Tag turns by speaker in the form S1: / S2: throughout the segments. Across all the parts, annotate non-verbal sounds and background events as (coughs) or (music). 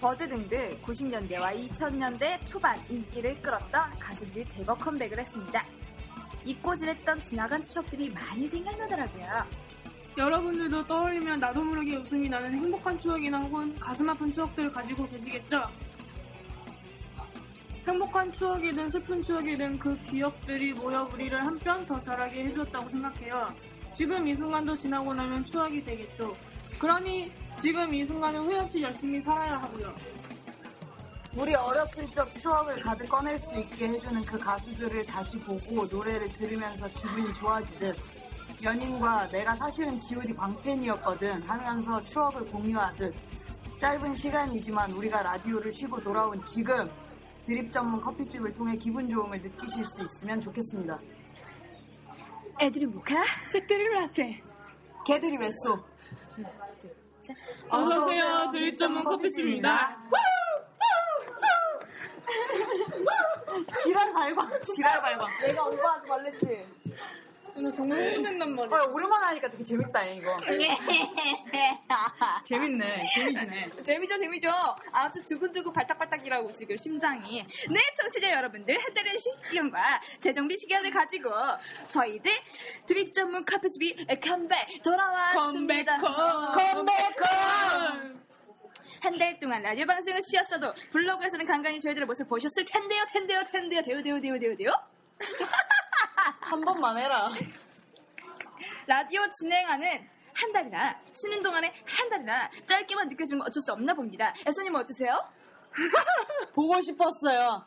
S1: 버즈 등등 90년대와 2000년대 초반 인기를 끌었던 가수들이 대거 컴백을 했습니다. 잊고지냈던 지나간 추억들이 많이 생각나더라고요.
S2: 여러분들도 떠올리면 나도 모르게 웃음이 나는 행복한 추억이나 혹은 가슴 아픈 추억들을 가지고 계시겠죠? 행복한 추억이든 슬픈 추억이든 그 기억들이 모여 우리를 한편 더 잘하게 해주었다고 생각해요. 지금 이 순간도 지나고 나면 추억이 되겠죠. 그러니 지금 이 순간은 후회 없이 열심히 살아야 하고요.
S3: 우리 어렸을 적 추억을 가득 꺼낼 수 있게 해주는 그 가수들을 다시 보고 노래를 들으면서 기분이 좋아지듯 연인과 내가 사실은 G.O.D 광팬이었거든 하면서 추억을 공유하듯 짧은 시간이지만 우리가 라디오를 쉬고 돌아온 지금 드립 전문 커피집을 통해 기분 좋음을 느끼실 수 있으면 좋겠습니다.
S1: 애들이 뭐가?
S2: 세트릴라테
S3: 개들이 왜 쏘?
S2: 어서오세요. 드립 전문 커피집입니다.
S3: 지랄 발광, 지랄 발광.
S1: 내가 오버하지 말랬지.
S2: 정말 흥분된단 말이에요.
S3: 아, 오랜만에 하니까 되게 재밌다, 이거. 재밌네, 재미지네.
S1: (laughs) 재미죠, 재미죠. 아주 두근두근 발딱발딱이라고 지금 심장이. 네, 청취자 여러분들, 한 달의 휴식기간과 재정비 시간을 가지고 저희들 드립 전문 카페집이 컴백 돌아왔습니다.
S2: 컴백홈!
S1: 한 달 동안 라디오 방송을 쉬었어도 블로그에서는 간간히 저희들의 모습을 보셨을 텐데요, 텐데요, 텐데요, 데요, 데요, 데요, 데요, 데요.
S3: 한 번만 해라.
S1: 라디오 진행하는 한 달이나 쉬는 동안에 한 달이나 짧게만 느껴지면 어쩔 수 없나 봅니다. 애소님은 뭐 어떠세요?
S3: 보고 싶었어요.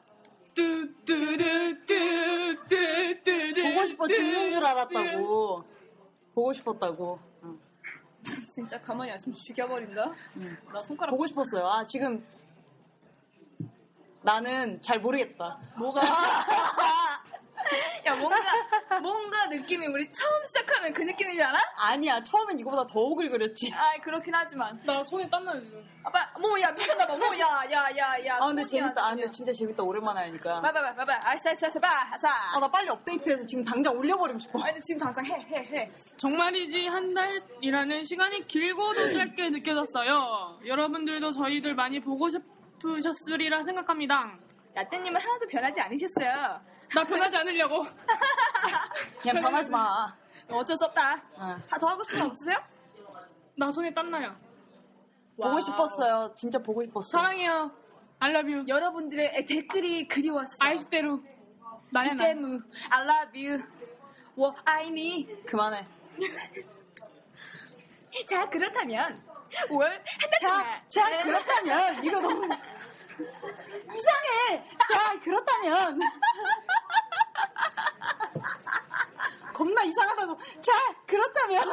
S3: 보고
S2: 보고
S3: 싶어 듣는 줄 알았다고. 보고 싶었다고. 응.
S1: (laughs) 진짜 가만히 안 있으면 죽여버린다. 나 손가락
S3: 보고 싶었어요. 아 지금 나는 잘 모르겠다.
S1: 뭐가 (laughs) 야 뭔가 뭔가 느낌이 우리 처음 시작하는 그 느낌이지 않아?
S3: 아니야 처음엔 이거보다 더 오글 그렸지.
S1: 아 그렇긴 하지만
S2: 나 손에 땀나요 지금.
S1: 아빠 뭐야 미쳤나 봐뭐야야야야
S3: 아 근데 재밌다. 아 근데 진짜 재밌다. 오랜만에 하니까.
S1: 봐봐봐 봐봐 아싸 아싸 아싸 아싸
S3: 아 나 빨리 업데이트해서 지금 당장 올려버리고 싶어.
S1: 아니 지금 당장 해 해 해
S2: 정말이지 한 달이라는 시간이 길고도 짧게 느껴졌어요. 여러분들도 저희들 많이 보고 싶으셨으리라 생각합니다.
S1: 라떼님은 하나도 변하지 않으셨어요
S2: 나 변하지 않으려고.
S3: 그냥 변하지 마.
S1: 어쩔 수 없다
S3: 응.
S1: 다 더 하고 싶은 거 없으세요?
S2: 나 손에 땀나요.
S3: 보고 싶었어요. 진짜 보고 싶었어.
S2: 사랑해요. I love you.
S1: 여러분들의 댓글이 그리웠어
S2: 아이시대로. 나야 나.
S1: 지대무 I love you 워 아이니
S3: 그만해.
S1: 자 그렇다면 5월 한달 동안
S3: 아,
S1: 네.
S3: 자, 자 그렇다면 이거 너무 이상해. 자 그렇다면 겁나 이상하다고. 자 그렇다면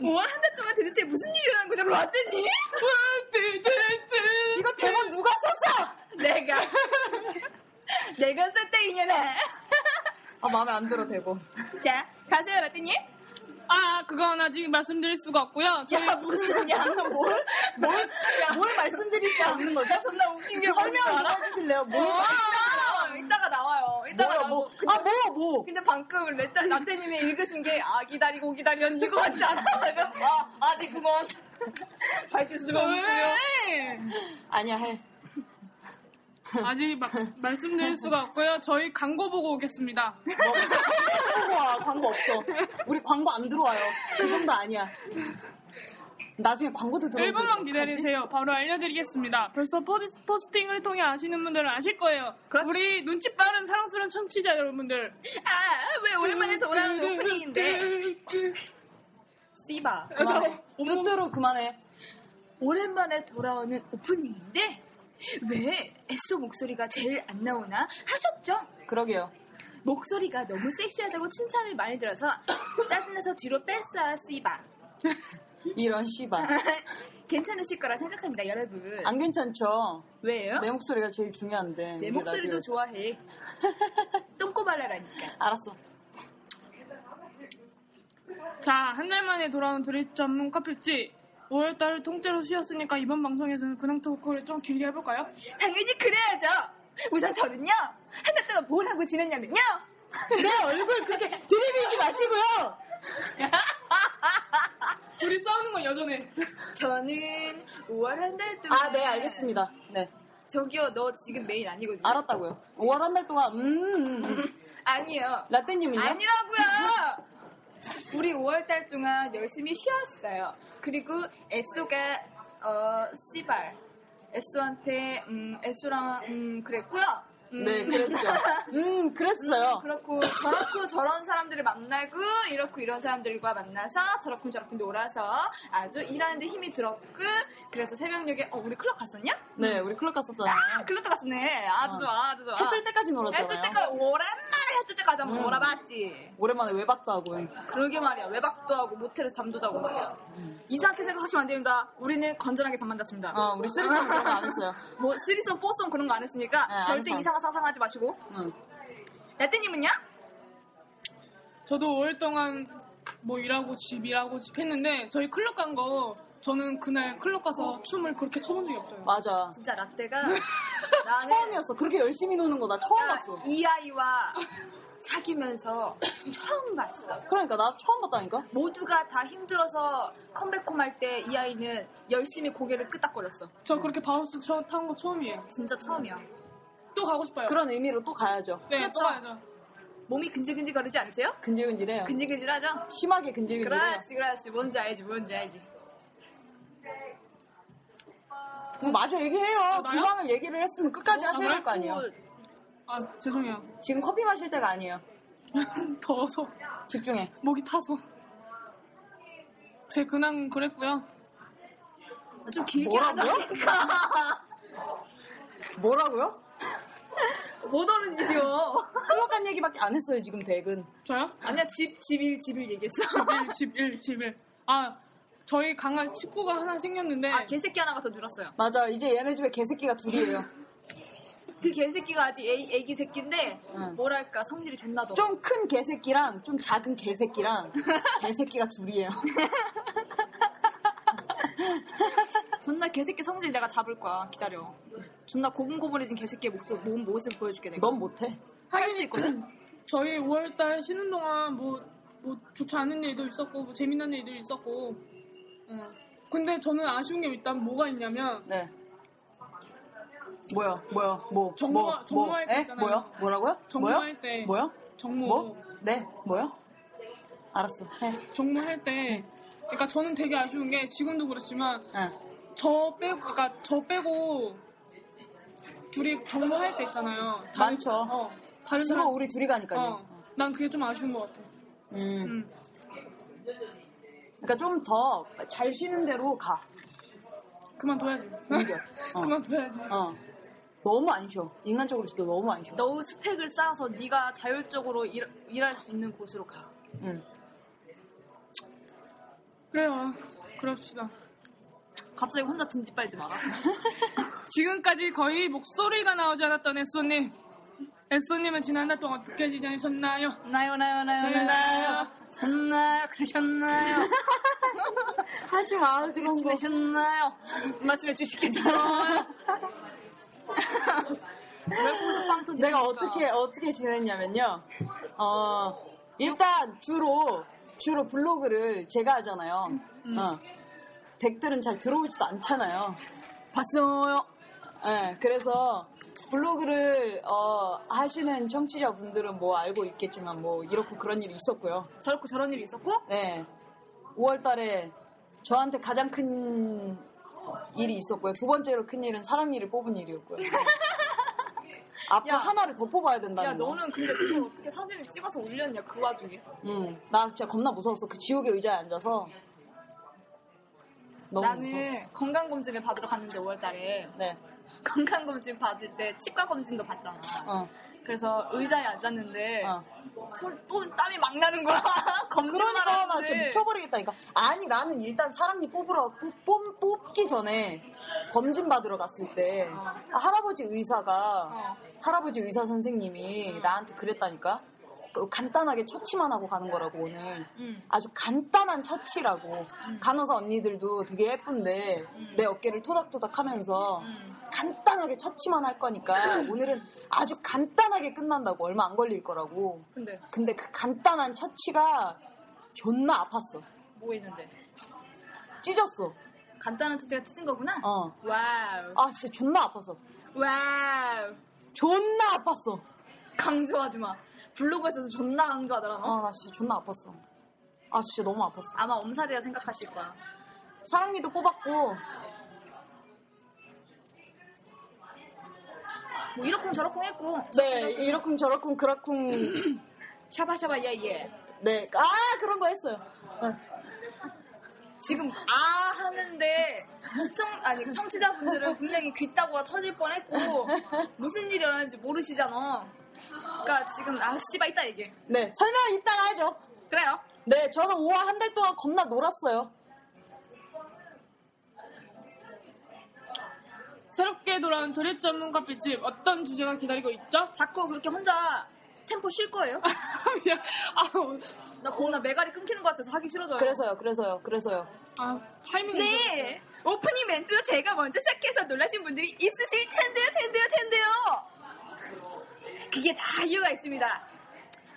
S1: 5월 한 달 동안 도대체 무슨 일이 일어난 거죠 라떼님?
S3: 이거 대본 누가 썼어?
S1: 내가 내가 썼다 이년아
S3: 아 마음에 안 들어 대본.
S1: 자 가세요 라떼님
S2: 아 그건 아직 말씀드릴 수가 없고요. 저희
S3: 야 무슨 야뭘뭘뭘 뭘, 뭘 말씀드릴 게 없는 거죠? 존나 웃긴 게 설명을 도와주실래요? 뭘
S1: 어, 이따가 이따가 나와요 이따가
S3: 뭐야
S1: 나와요
S3: 뭐? 아뭐 뭐?
S1: 근데 방금 렛다 라떼님이 읽으신 게 아 기다리고 기다리는 이거 같지 않아? 지금? 아, 아직 그건 밝힐 수가 없고요
S2: 네.
S3: 아니야 해.
S2: 아직 마- 말씀드릴 수가 없고요. 저희 광고 보고 오겠습니다.
S3: 뭐, 광고 와 광고 없어. 우리 광고 안 들어와요. 그 정도 아니야. 나중에 광고도 들어.
S2: 1분만 기다리세요. 바로 알려드리겠습니다. 벌써 포스, 포스팅을 통해 아시는 분들은 아실 거예요.
S1: 그렇지.
S2: 우리 눈치
S1: 아,
S2: 빠른 사랑스러운 청취자 여러분들.
S1: 아왜 오랜만에 돌아오는 오프닝인데 씨바.
S3: 그만해. 뜻대로 그만해.
S1: 오랜만에 돌아오는 오프닝인데 왜 애써 목소리가 제일 안 나오나 하셨죠?
S3: 그러게요.
S1: 목소리가 너무 섹시하다고 칭찬을 많이 (coughs) 들어서 짜증나서 뒤로 뺐어요, 씨바. (laughs)
S3: 이런 씨발.
S1: 괜찮으실 거라 생각합니다, 여러분.
S3: 안 괜찮죠?
S1: 왜요?
S3: 내 목소리가 제일 중요한데.
S1: 내
S3: 우리
S1: 목소리도
S3: 라디오에서.
S1: (laughs) 좋아해. 똥꼬발랄하니까.
S3: 알았어.
S2: 자, 한 달 만에 돌아온 드립 전문 커피집. 5월달을 통째로 쉬었으니까 이번 방송에서는 근황 토크를 좀 길게 해볼까요?
S1: 당연히 그래야죠. 우선 저는요, 한 달 동안 뭘 하고 지냈냐면요.
S3: 내 얼굴 그렇게 들이밀지 마시고요.
S2: 둘이 싸우는 건 여전해.
S1: (laughs) 저는 5월 한 달 동안.
S3: 아, 네, 알겠습니다. 네,
S1: 저기요, 너 지금 메일 아니거든요.
S3: 알았다고요. 5월 한 달 동안 음, 음, 음.
S1: 아니요.
S3: 라떼님은요?
S1: 아니라고요. 우리 5월달 동안 열심히 쉬었어요. 그리고 에쏘가 어 씨발 에쏘한테 음 에쏘랑 음 그랬고요. 음,
S3: 네, 그랬죠. 음, 그랬어요.
S1: 그렇고 저렇고 저런 사람들을 만나고 이렇고 이런 사람들과 만나서 저렇고 저렇고 놀아서 아주 일하는데 힘이 들었고 그래서 새벽녘에 어 우리 클럽 갔었냐?
S3: 네, 우리 클럽 갔었잖아요.
S1: 아 클럽 갔었네. 아주
S3: 어.
S1: 좋아 아주 좋아.
S3: 해뜰 때까지
S1: 해뜰
S3: 놀았잖아요.
S1: 때까지 오랜만에 해뜰 때까지 한번
S3: 음.
S1: 놀아봤지.
S3: 오랜만에 외박도 하고.
S1: 그러게 말이야. 외박도 하고 모텔에서 잠도 자고 말이야. 이상하게 생각하시면 안 됩니다. 우리는 건전하게 잠만 잤습니다.
S3: 음. 어, 우리
S1: (laughs)
S3: 쓰리썸 그런 거 안 했어요.
S1: 뭐 쓰리썸, 포썸 그런 거 안 했으니까
S3: 네, 안
S1: 절대
S3: 했어.
S1: 이상한 상상하지 마시고.
S3: 응.
S1: 라떼님은요?
S2: 저도 5월 동안 뭐 일하고 집 일하고 집 했는데 저희 클럽 간 거 저는 그날 클럽 가서 춤을 그렇게 춰본 적이 없어요.
S3: 맞아.
S1: 진짜
S3: (laughs)
S1: 라떼가 나는
S3: 처음이었어. 그렇게 열심히 노는 거 나 처음
S1: 나
S3: 봤어.
S1: 이 아이와 사귀면서 처음 봤어.
S3: 그러니까 나 처음 봤다니까.
S1: 모두가 다 힘들어서 컴백홈 할 때 이 아이는 열심히 고개를 끄덕거렸어.
S2: 저 그렇게 바우스 탄 거 처음이에요.
S1: 진짜 처음이야.
S2: 또 가고 싶어요.
S3: 그런 의미로 또 가야죠.
S2: 네,
S1: 그렇죠.
S2: 또 가야죠.
S1: 몸이 근질근질 거리지 않으세요?
S3: 근질근질해요.
S1: 근질근질하죠?
S3: 심하게 근질근질해요.
S1: 그렇지, 그렇지. 뭔지 알지, 뭔지 알지.
S3: 그럼 마저
S1: 아,
S3: 얘기해요.
S2: 나요?
S3: 근황을 얘기를 했으면 끝까지
S1: 뭐,
S2: 어,
S3: 하셔야 될
S2: 그래?
S3: 거 아니에요.
S2: 아, 죄송해요.
S3: 지금 커피 마실 때가 아니에요.
S2: 더워서.
S3: 집중해.
S2: 목이 타서. 제 근황 그랬고요.
S1: 좀 길게
S3: 뭐라고요?
S1: 하자니까. (laughs)
S3: 뭐라고요?
S1: 못 오는지요.
S3: 클럽 간 얘기밖에 안 했어요, 지금 댁은.
S2: 저요?
S1: 아니야, 집, 집일, 집일 얘기했어.
S2: 집일, 집일, 집일. 아, 저희 강아지 식구가 하나
S3: 네.
S2: 생겼는데.
S1: 아, 개새끼 하나가 더 늘었어요.
S3: 맞아, 이제 얘네 집에 개새끼가 둘이에요.
S1: 그 개새끼가 아직 애, 애기 새끼인데,
S3: 응.
S1: 뭐랄까, 성질이 존나 더.
S3: 좀 큰 개새끼랑 좀 작은
S2: (laughs)
S3: 개새끼랑 개새끼가 둘이에요.
S1: 존나 개새끼 성질 내가 잡을 거야. 기다려. 존나 고분고분해진 개새끼의 목소, 몸, 모습 보여줄게, 내가.
S3: 넌 못해.
S1: 할 수 있거든?
S2: 저희 5월달 쉬는 동안 뭐, 뭐 좋지 않은 일도 있었고 뭐 재미난 일도 있었고 어. 근데 저는 아쉬운 게 일단 뭐가 있냐면
S3: 네. 뭐야, 뭐야, 뭐,
S2: 정모-
S3: 뭐, 뭐,
S2: 정모할 때
S3: 에?
S2: 있잖아요.
S3: 뭐야, 뭐라고요?
S2: 정모할
S3: 뭐야?
S2: 때.
S3: 뭐야?
S2: 정모
S3: 뭐? 네, 뭐야? 알았어, 해.
S2: 정모 할때 그러니까 저는 되게 아쉬운 게 지금도 그렇지만
S3: 응.
S2: 저 빼고 그러니까 저 빼고 둘이 정모 할 때 있잖아요 다른-
S3: 많죠.
S2: 어, 다른 사람
S3: 주로 우리 둘이 가니까요.
S2: 어, 난 그게 좀 아쉬운 것 같아
S3: 음.
S2: 음.
S3: 그러니까 좀 더 잘 쉬는 대로 가.
S2: 그만둬야지
S3: 옮겨.
S2: (laughs)
S3: 어.
S2: 그만둬야지
S3: 어. 너무 안 쉬어. 인간적으로 진짜 너무 안 쉬어.
S1: (laughs) 너 스펙을 쌓아서 네가 자율적으로 일, 일할 수 있는 곳으로 가.
S3: 응.
S2: 그래요 그럽시다
S1: 갑자기 혼자 등지 빨지 마라.
S2: 지금까지 거의 목소리가 나오지 않았던 에쏘님. 에쏘님은 지난달 동안 어떻게 지내셨나요?
S1: 나요, 나요, 나요,
S2: 신나요.
S1: 신나요, 그러셨나요?
S3: 하지 마.
S1: 어떻게 지내셨나요? 말씀해 주시겠어요?
S3: 내가 어떻게 어떻게 지냈냐면요. 어 일단 주로 주로 블로그를 제가 하잖아요. 어. 댓글은 잘 들어오지도 않잖아요. 봤어요. 예, 그래서 블로그를 어, 하시는 청취자분들은 뭐 알고 있겠지만 뭐 이렇고 그런 일이 있었고요.
S1: 저렇고 저런 일이 있었고
S3: 네. 5월 달에 저한테 가장 큰 일이 있었고요. 두 번째로 큰 일은 사랑니를 뽑은
S1: (laughs)
S3: 일이었고요. 앞으로
S1: 야.
S3: 하나를 더 뽑아야 된다는
S1: 야
S3: 거.
S1: 너는 근데 그걸 어떻게 사진을 찍어서 올렸냐 그 와중에
S3: 응. 나 진짜 겁나 무서웠어. 그 지옥의 의자에 앉아서 너무 무서워.
S1: 나는 건강검진을 받으러 갔는데 5월달에
S3: 네.
S1: 건강검진 받을 때 치과 검진도 받잖아.
S3: 어.
S1: 그래서 의자에 앉았는데
S3: 어.
S1: 솔- 또 땀이 막 나는 (laughs) 거야. 검진만
S3: 그러니까 나
S1: 하는데.
S3: 지금 미쳐버리겠다니까. 아니 나는 일단 사람이 뽑으러 뽑- 뽑, 뽑기 전에 검진 받으러 갔을 때
S1: 어.
S3: 할아버지 의사가 할아버지 의사 선생님이
S1: 음.
S3: 나한테 그랬다니까. 그 간단하게 처치만 하고 가는 거라고 오늘
S1: 응.
S3: 아주 간단한 처치라고
S1: 음.
S3: 간호사 언니들도 되게 예쁜데 내 어깨를 토닥토닥하면서
S1: 응.
S3: 간단하게 처치만 할
S1: (laughs)
S3: 거니까 오늘은 아주 간단하게 끝난다고 얼마 안 걸릴 거라고
S1: 근데
S3: 근데 그 간단한 처치가 존나 아팠어.
S1: 뭐 있는데?
S3: 찢었어.
S1: 간단한 처치가 찢은 거구나?
S3: 어.
S1: 와우.
S3: 아, 진짜 존나 아팠어.
S1: 와우.
S3: 존나 아팠어.
S1: 강조하지 마. 블로그에서도 존나 강조하더라, 너.
S3: 아, 나 진짜 존나 아팠어. 아, 진짜 너무 아팠어.
S1: 아마 엄살이라 생각하실 거야.
S3: 사랑니도 뽑았고,
S1: 뭐 이렇쿵 저렇쿵 했고.
S3: 네, 이러쿵 저러쿵 그러쿵, (clears throat)
S1: 샤바샤바 예예.
S3: 네, 아, 그런 거 했어요.
S1: 지금 아 하는데 시청 아니 청취자분들은 분명히 귓다구가 터질 뻔했고 무슨 일이 일어나는지 모르시잖아. 그러니까 지금 아 씨발 이따 얘기해.
S3: 네, 설명 이따가 하죠.
S1: 그래요.
S3: 네, 저는 5화 한 달 동안 겁나 놀았어요.
S2: 새롭게 돌아온 드립 전문 커피집 어떤 주제가 기다리고 있죠?
S1: 자꾸 그렇게 혼자 템포 쉴 거예요?
S2: 미안. 아우,
S1: 나 겁나 메가리 끊기는 것 같아서 하기 싫어져요.
S3: 그래서요, 그래서요, 그래서요.
S2: 아, 타이밍이.
S1: 네 오프닝 멘트 제가 먼저 시작해서 놀라신 분들이 있으실 텐데요, 텐데요, 텐데요. 그게 다 이유가 있습니다.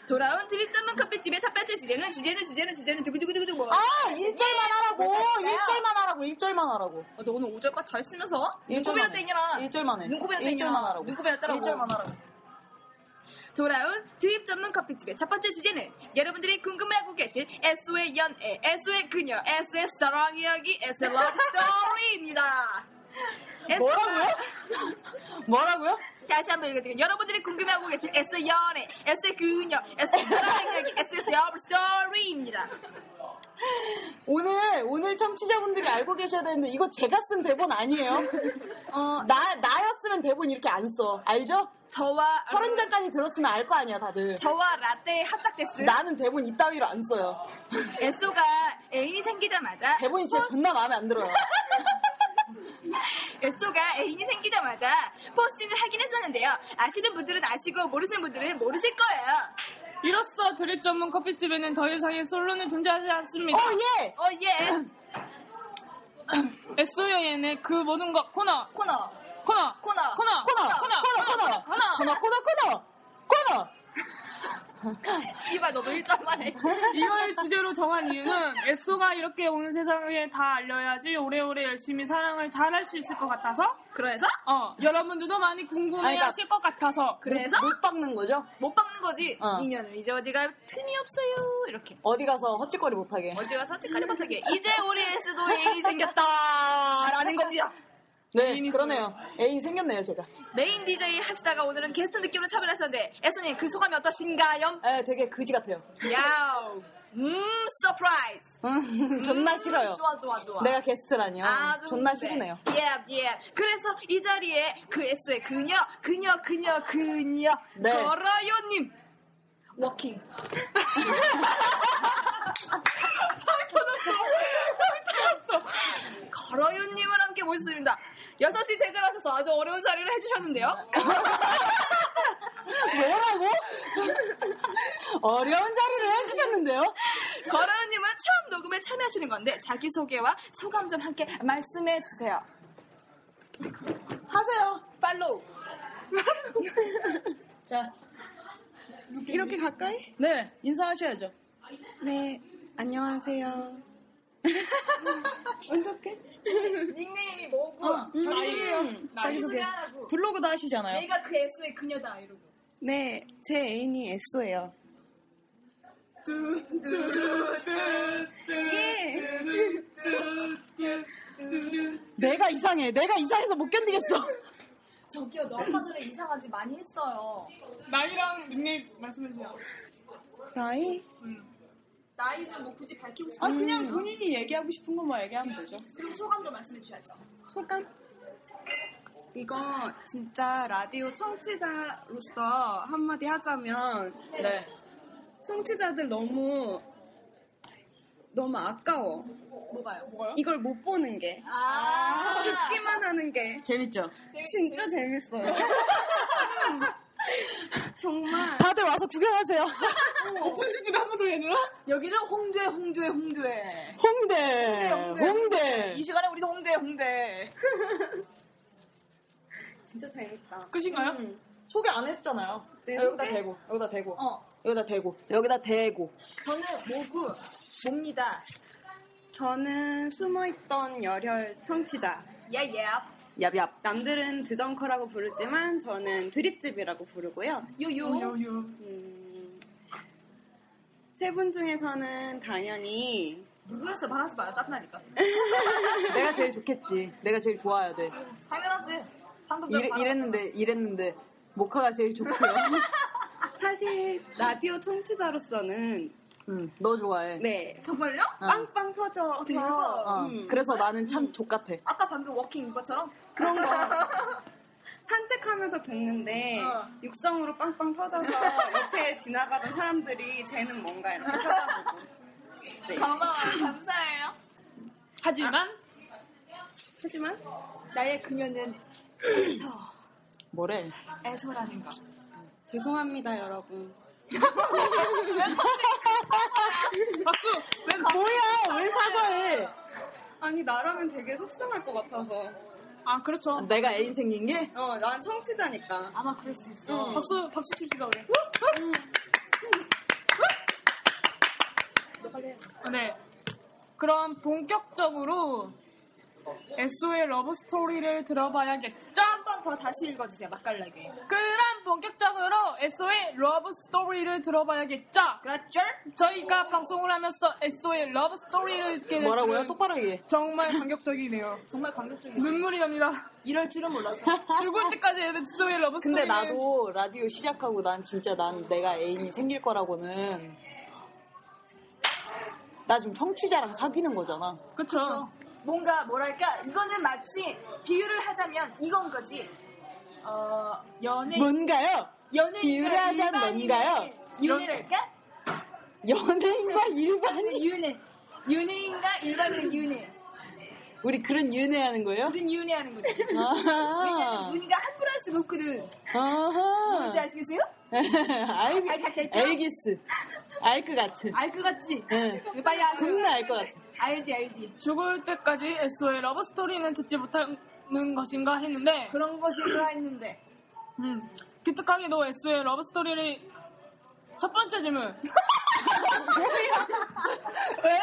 S1: 돌아온 드립 전문 커피집의 첫 번째 주제는 주제는 주제는 주제는 두구두구두구두 뭐.
S3: 아, 1절만 하라고!
S1: 네, 네.
S3: 1절만 하라고, 1절만 하라고.
S1: 어, 너 오늘 오절 거다 했으면서 눈곱이라
S3: 일절만 해.
S1: 땡이라
S3: 일절만 해.
S1: 눈곱이라 땡이라
S3: 일절만 하라고.
S1: 눈곱이라 따라고
S3: 일절만 하라고.
S1: 돌아온 드립 전문 커피집의 첫 번째 주제는 여러분들이 궁금해하고 계실 S의 연애, S의 그녀, S의 사랑 이야기, S의 러브 스토리입니다.
S3: (laughs)
S1: 예, (laughs)
S3: 뭐라고요? 뭐라고요?
S1: 다시 한번 읽어드릴게요. 여러분들이 궁금해하고 계신 S의 연애, S의 그녀, S의 사랑 이야기, S의 러브 스토리입니다.
S3: 오늘 오늘 청취자분들이 알고 계셔야 되는데 이거 제가 쓴 대본 아니에요.
S1: (laughs)
S3: 어, 나 나였으면 대본 이렇게 안 써. 알죠?
S1: 저와
S3: 서른 장까지 들었으면 알 거 아니야 다들.
S1: 저와 라떼의 합작됐음.
S3: 나는 대본 이따위로 안 써요.
S1: 에소가 애인이 생기자마자
S3: 대본이 진짜 존나 마음에
S1: (laughs)
S3: 안 들어요.
S1: 에소가 애인이 생기자마자 포스팅을 하긴 했었는데요. 아시는 분들은 아시고 모르시는 분들은 모르실 거예요.
S2: 이로써 드립 전문 커피집에는 더 이상의 솔로는 존재하지 않습니다.
S3: 어 예.
S1: 어 예.
S3: (clears throat)
S2: SON의 그 모든 것 코너
S1: 코너
S2: 코너
S1: 코너
S2: 코너
S3: 코너 코너 코너 코너 코너 (laughs) 코너 코너 코너.
S1: 씨발 너도 1점만 해.
S2: 이걸 주제로 정한 이유는 애쏘가 이렇게 온 세상에 다 알려야지 오래오래 열심히 사랑을 잘 할 수 있을 것 같아서
S1: (laughs) 그래서
S2: 어 여러분들도 많이
S3: 아니, 그러니까-
S2: 궁금해하실 것 같아서
S1: 그래서
S3: 못 박는 거죠?
S1: 못 박는 거지.
S3: 어.
S1: 인연은 이제 어디가 틈이 없어요. 이렇게.
S3: 어디 가서 헛짓거리 못하게.
S1: 어디가
S3: (laughs)
S1: 서치카리 못하게 이제 우리 에스도 애인이 생겼다.
S3: 라는 겁니다. 네,
S2: 애인이
S3: 그러네요. 애인 생겼네요, 제가.
S1: 메인 DJ 하시다가 오늘은 게스트 느낌으로 참여하셨는데 에스님 그 소감이 어떠신가요?
S3: 에, 되게 그지 같아요.
S1: 야우. 음 서프라이즈.
S3: 음, (laughs) 존나
S1: 음,
S3: 싫어요. 네,
S1: 좋아 좋아 좋아.
S3: 내가 게스트라니요.
S1: 아주
S3: 존나
S1: 흥분돼.
S3: 싫으네요.
S1: 예, 예. 그래서 이 자리에 그 S의 그녀, 그녀, 그녀, 그녀.
S3: 네.
S1: 걸어요님. 워킹. (laughs) 걸어요님을 함께 모셨습니다. 6시 퇴근하셔서 아주 어려운 자리를 해주셨는데요.
S3: 뭐라고? (laughs) 어려운 자리를 해주셨는데요.
S1: 걸어요님은 처음 녹음에 참여하시는 건데 자기소개와 소감 좀 함께 말씀해주세요.
S3: 하세요.
S1: 팔로우.
S3: (laughs) 자. 이렇게 가까이? 네, 인사하셔야죠.
S4: 네, 안녕하세요.
S3: (laughs)
S4: 어떻게?
S1: 닉네임이 뭐고
S3: 음,
S1: 자기소개 하라고.
S3: 블로그도 하시잖아요.
S1: 내가 그 애수의 그녀다 이러고
S4: 네, 제 애인이 에쏘예요. 예.
S3: 내가 이상해. 내가 이상해서 못 견디겠어.
S1: 저기요 너 아까 전에 이상하지 많이 했어요
S2: 나이랑 닉네임 말씀해주세요
S4: 나이
S1: 음. 나이는 뭐 굳이 밝히고 싶은
S5: 아, 그냥 본인이 얘기하고 싶은 것만 얘기하면 되죠.
S1: 그럼 소감도 말씀해 주셔야죠.
S5: 소감? 이거 진짜 라디오 청취자로서 한마디 하자면
S3: 네.
S5: 청취자들 너무 너무 아까워.
S1: 뭐가요?
S5: 이걸 못 보는 게
S1: 아,
S5: 듣기만 하는
S1: (laughs)
S5: 게
S3: 재밌죠?
S5: 진짜 재밌어요. 정말
S3: 다들 와서 구경하세요.
S1: 오픈 스튜디오 한번 더 얘들아?
S3: 여기는 홍대, 홍대, 홍대. 홍대, 홍대. 홍대.
S1: 네, 이 시간에 우리도 홍대, 홍대.
S5: 진짜 재밌다.
S1: 끝인가요?
S2: 음.
S3: 소개 안 했잖아요.
S5: 네,
S3: 아, 여기다
S5: 소개?
S3: 대고, 여기다 대고,
S6: 어.
S3: 여기다 대고, 여기다 대고.
S6: 저는 모구, 몹니다.
S5: 저는 숨어있던 열혈 청취자.
S6: 예예.
S3: 얍얍.
S5: 남들은 드정커라고 부르지만 저는 드립집이라고 부르고요. 음,
S6: 요요.
S5: 세 분 중에서는 당연히
S6: 누구였어? 말하지 마요. 짜증나니까.
S3: 내가 제일 좋겠지. 내가 제일 좋아야 돼.
S6: 당연하지. 방금 전
S3: 이래,
S6: 말한
S3: 이랬는데, 이랬는데, 모카가 제일 좋고요.
S5: 사실 라디오 청취자로서는
S3: 응, 너 좋아해.
S5: 네
S6: 정말요?
S3: 어.
S5: 빵빵 터져.
S6: 대박.
S3: 어,
S5: 음.
S3: 그래서 나는 참 족같아.
S6: 아까 방금 그 워킹 이거처럼
S5: 그런
S6: (laughs)
S5: 거 산책하면서 듣는데
S6: 어.
S5: 육성으로 빵빵 터져서 옆에 지나가던 사람들이 쟤는 뭔가 이렇게 쳐다보고. 네.
S6: 고마워 감사해요.
S1: 하지만
S5: 하지만
S6: 나의 그녀는
S3: 뭐래?
S6: 애소라는 거.
S5: 죄송합니다 여러분.
S3: 뭐야, 왜 사과해?
S5: 네. 아니 나라면 되게 속상할 것 같아서.
S2: 아, 그렇죠.
S3: 내가 애인 생긴 게?
S5: 어, 난 청취자니까.
S1: 아마 그럴 수 있어.
S2: 박수, 박수 칩시다, 우리. 네. 그럼 본격적으로 SO의 러브 스토리를 들어봐야겠죠?
S1: 한 번 더 다시 읽어주세요. 맛깔나게.
S2: 그럼 본격적으로 SO의 러브 스토리를 들어봐야겠죠?
S1: 그렇죠?
S2: 저희가 방송을 하면서 SO의 러브 스토리를 듣게 된
S3: 뭐라고요?
S2: 줄은
S3: 똑바로 얘기해.
S2: 정말 감격적이네요.
S1: 정말 감격적이에요.
S2: 눈물이 납니다.
S1: 이럴 줄은
S6: (laughs)
S1: 몰랐어.
S2: 죽을 때까지 SO의 러브
S3: 아. 근데
S2: 스토리를
S3: 나도 라디오 시작하고 난 진짜 난 내가 애인이 생길 거라고는 나 지금 청취자랑 사귀는 거잖아.
S2: 그쵸.
S6: 뭔가 뭐랄까 이거는 마치 비유를 하자면 이건 거지. 어
S3: 네.
S6: 연애
S3: 뭔가요? 비유를
S6: 연애인과
S3: 하자면
S6: 일반인의
S3: 뭔가요?
S6: 윤회랄까?
S3: 연예인과 일반인.
S6: 윤회. 연예인과 일반인의 윤회.
S3: 우리 그런 연애하는 거예요?
S6: 우린 윤회하는 거지.
S3: 아하.
S6: 뭔가 함부로 할 수가 없거든. 뭔지
S3: 아하.
S6: 아시겠어요?
S3: (laughs) 알, 알겠어. 알 것 같은.
S6: 알 것 같지?
S3: 응.
S6: 빨리 알고.
S3: 겁나 알 것 같은.
S6: 알지 알지.
S2: 죽을 때까지 SO의 러브 스토리는 듣지 못하는 것인가 했는데
S6: 그런 것인가 했는데.
S2: 음, 기특하게도 S의 러브 스토리를 첫 번째 질문. (laughs) 뭐야? 왜?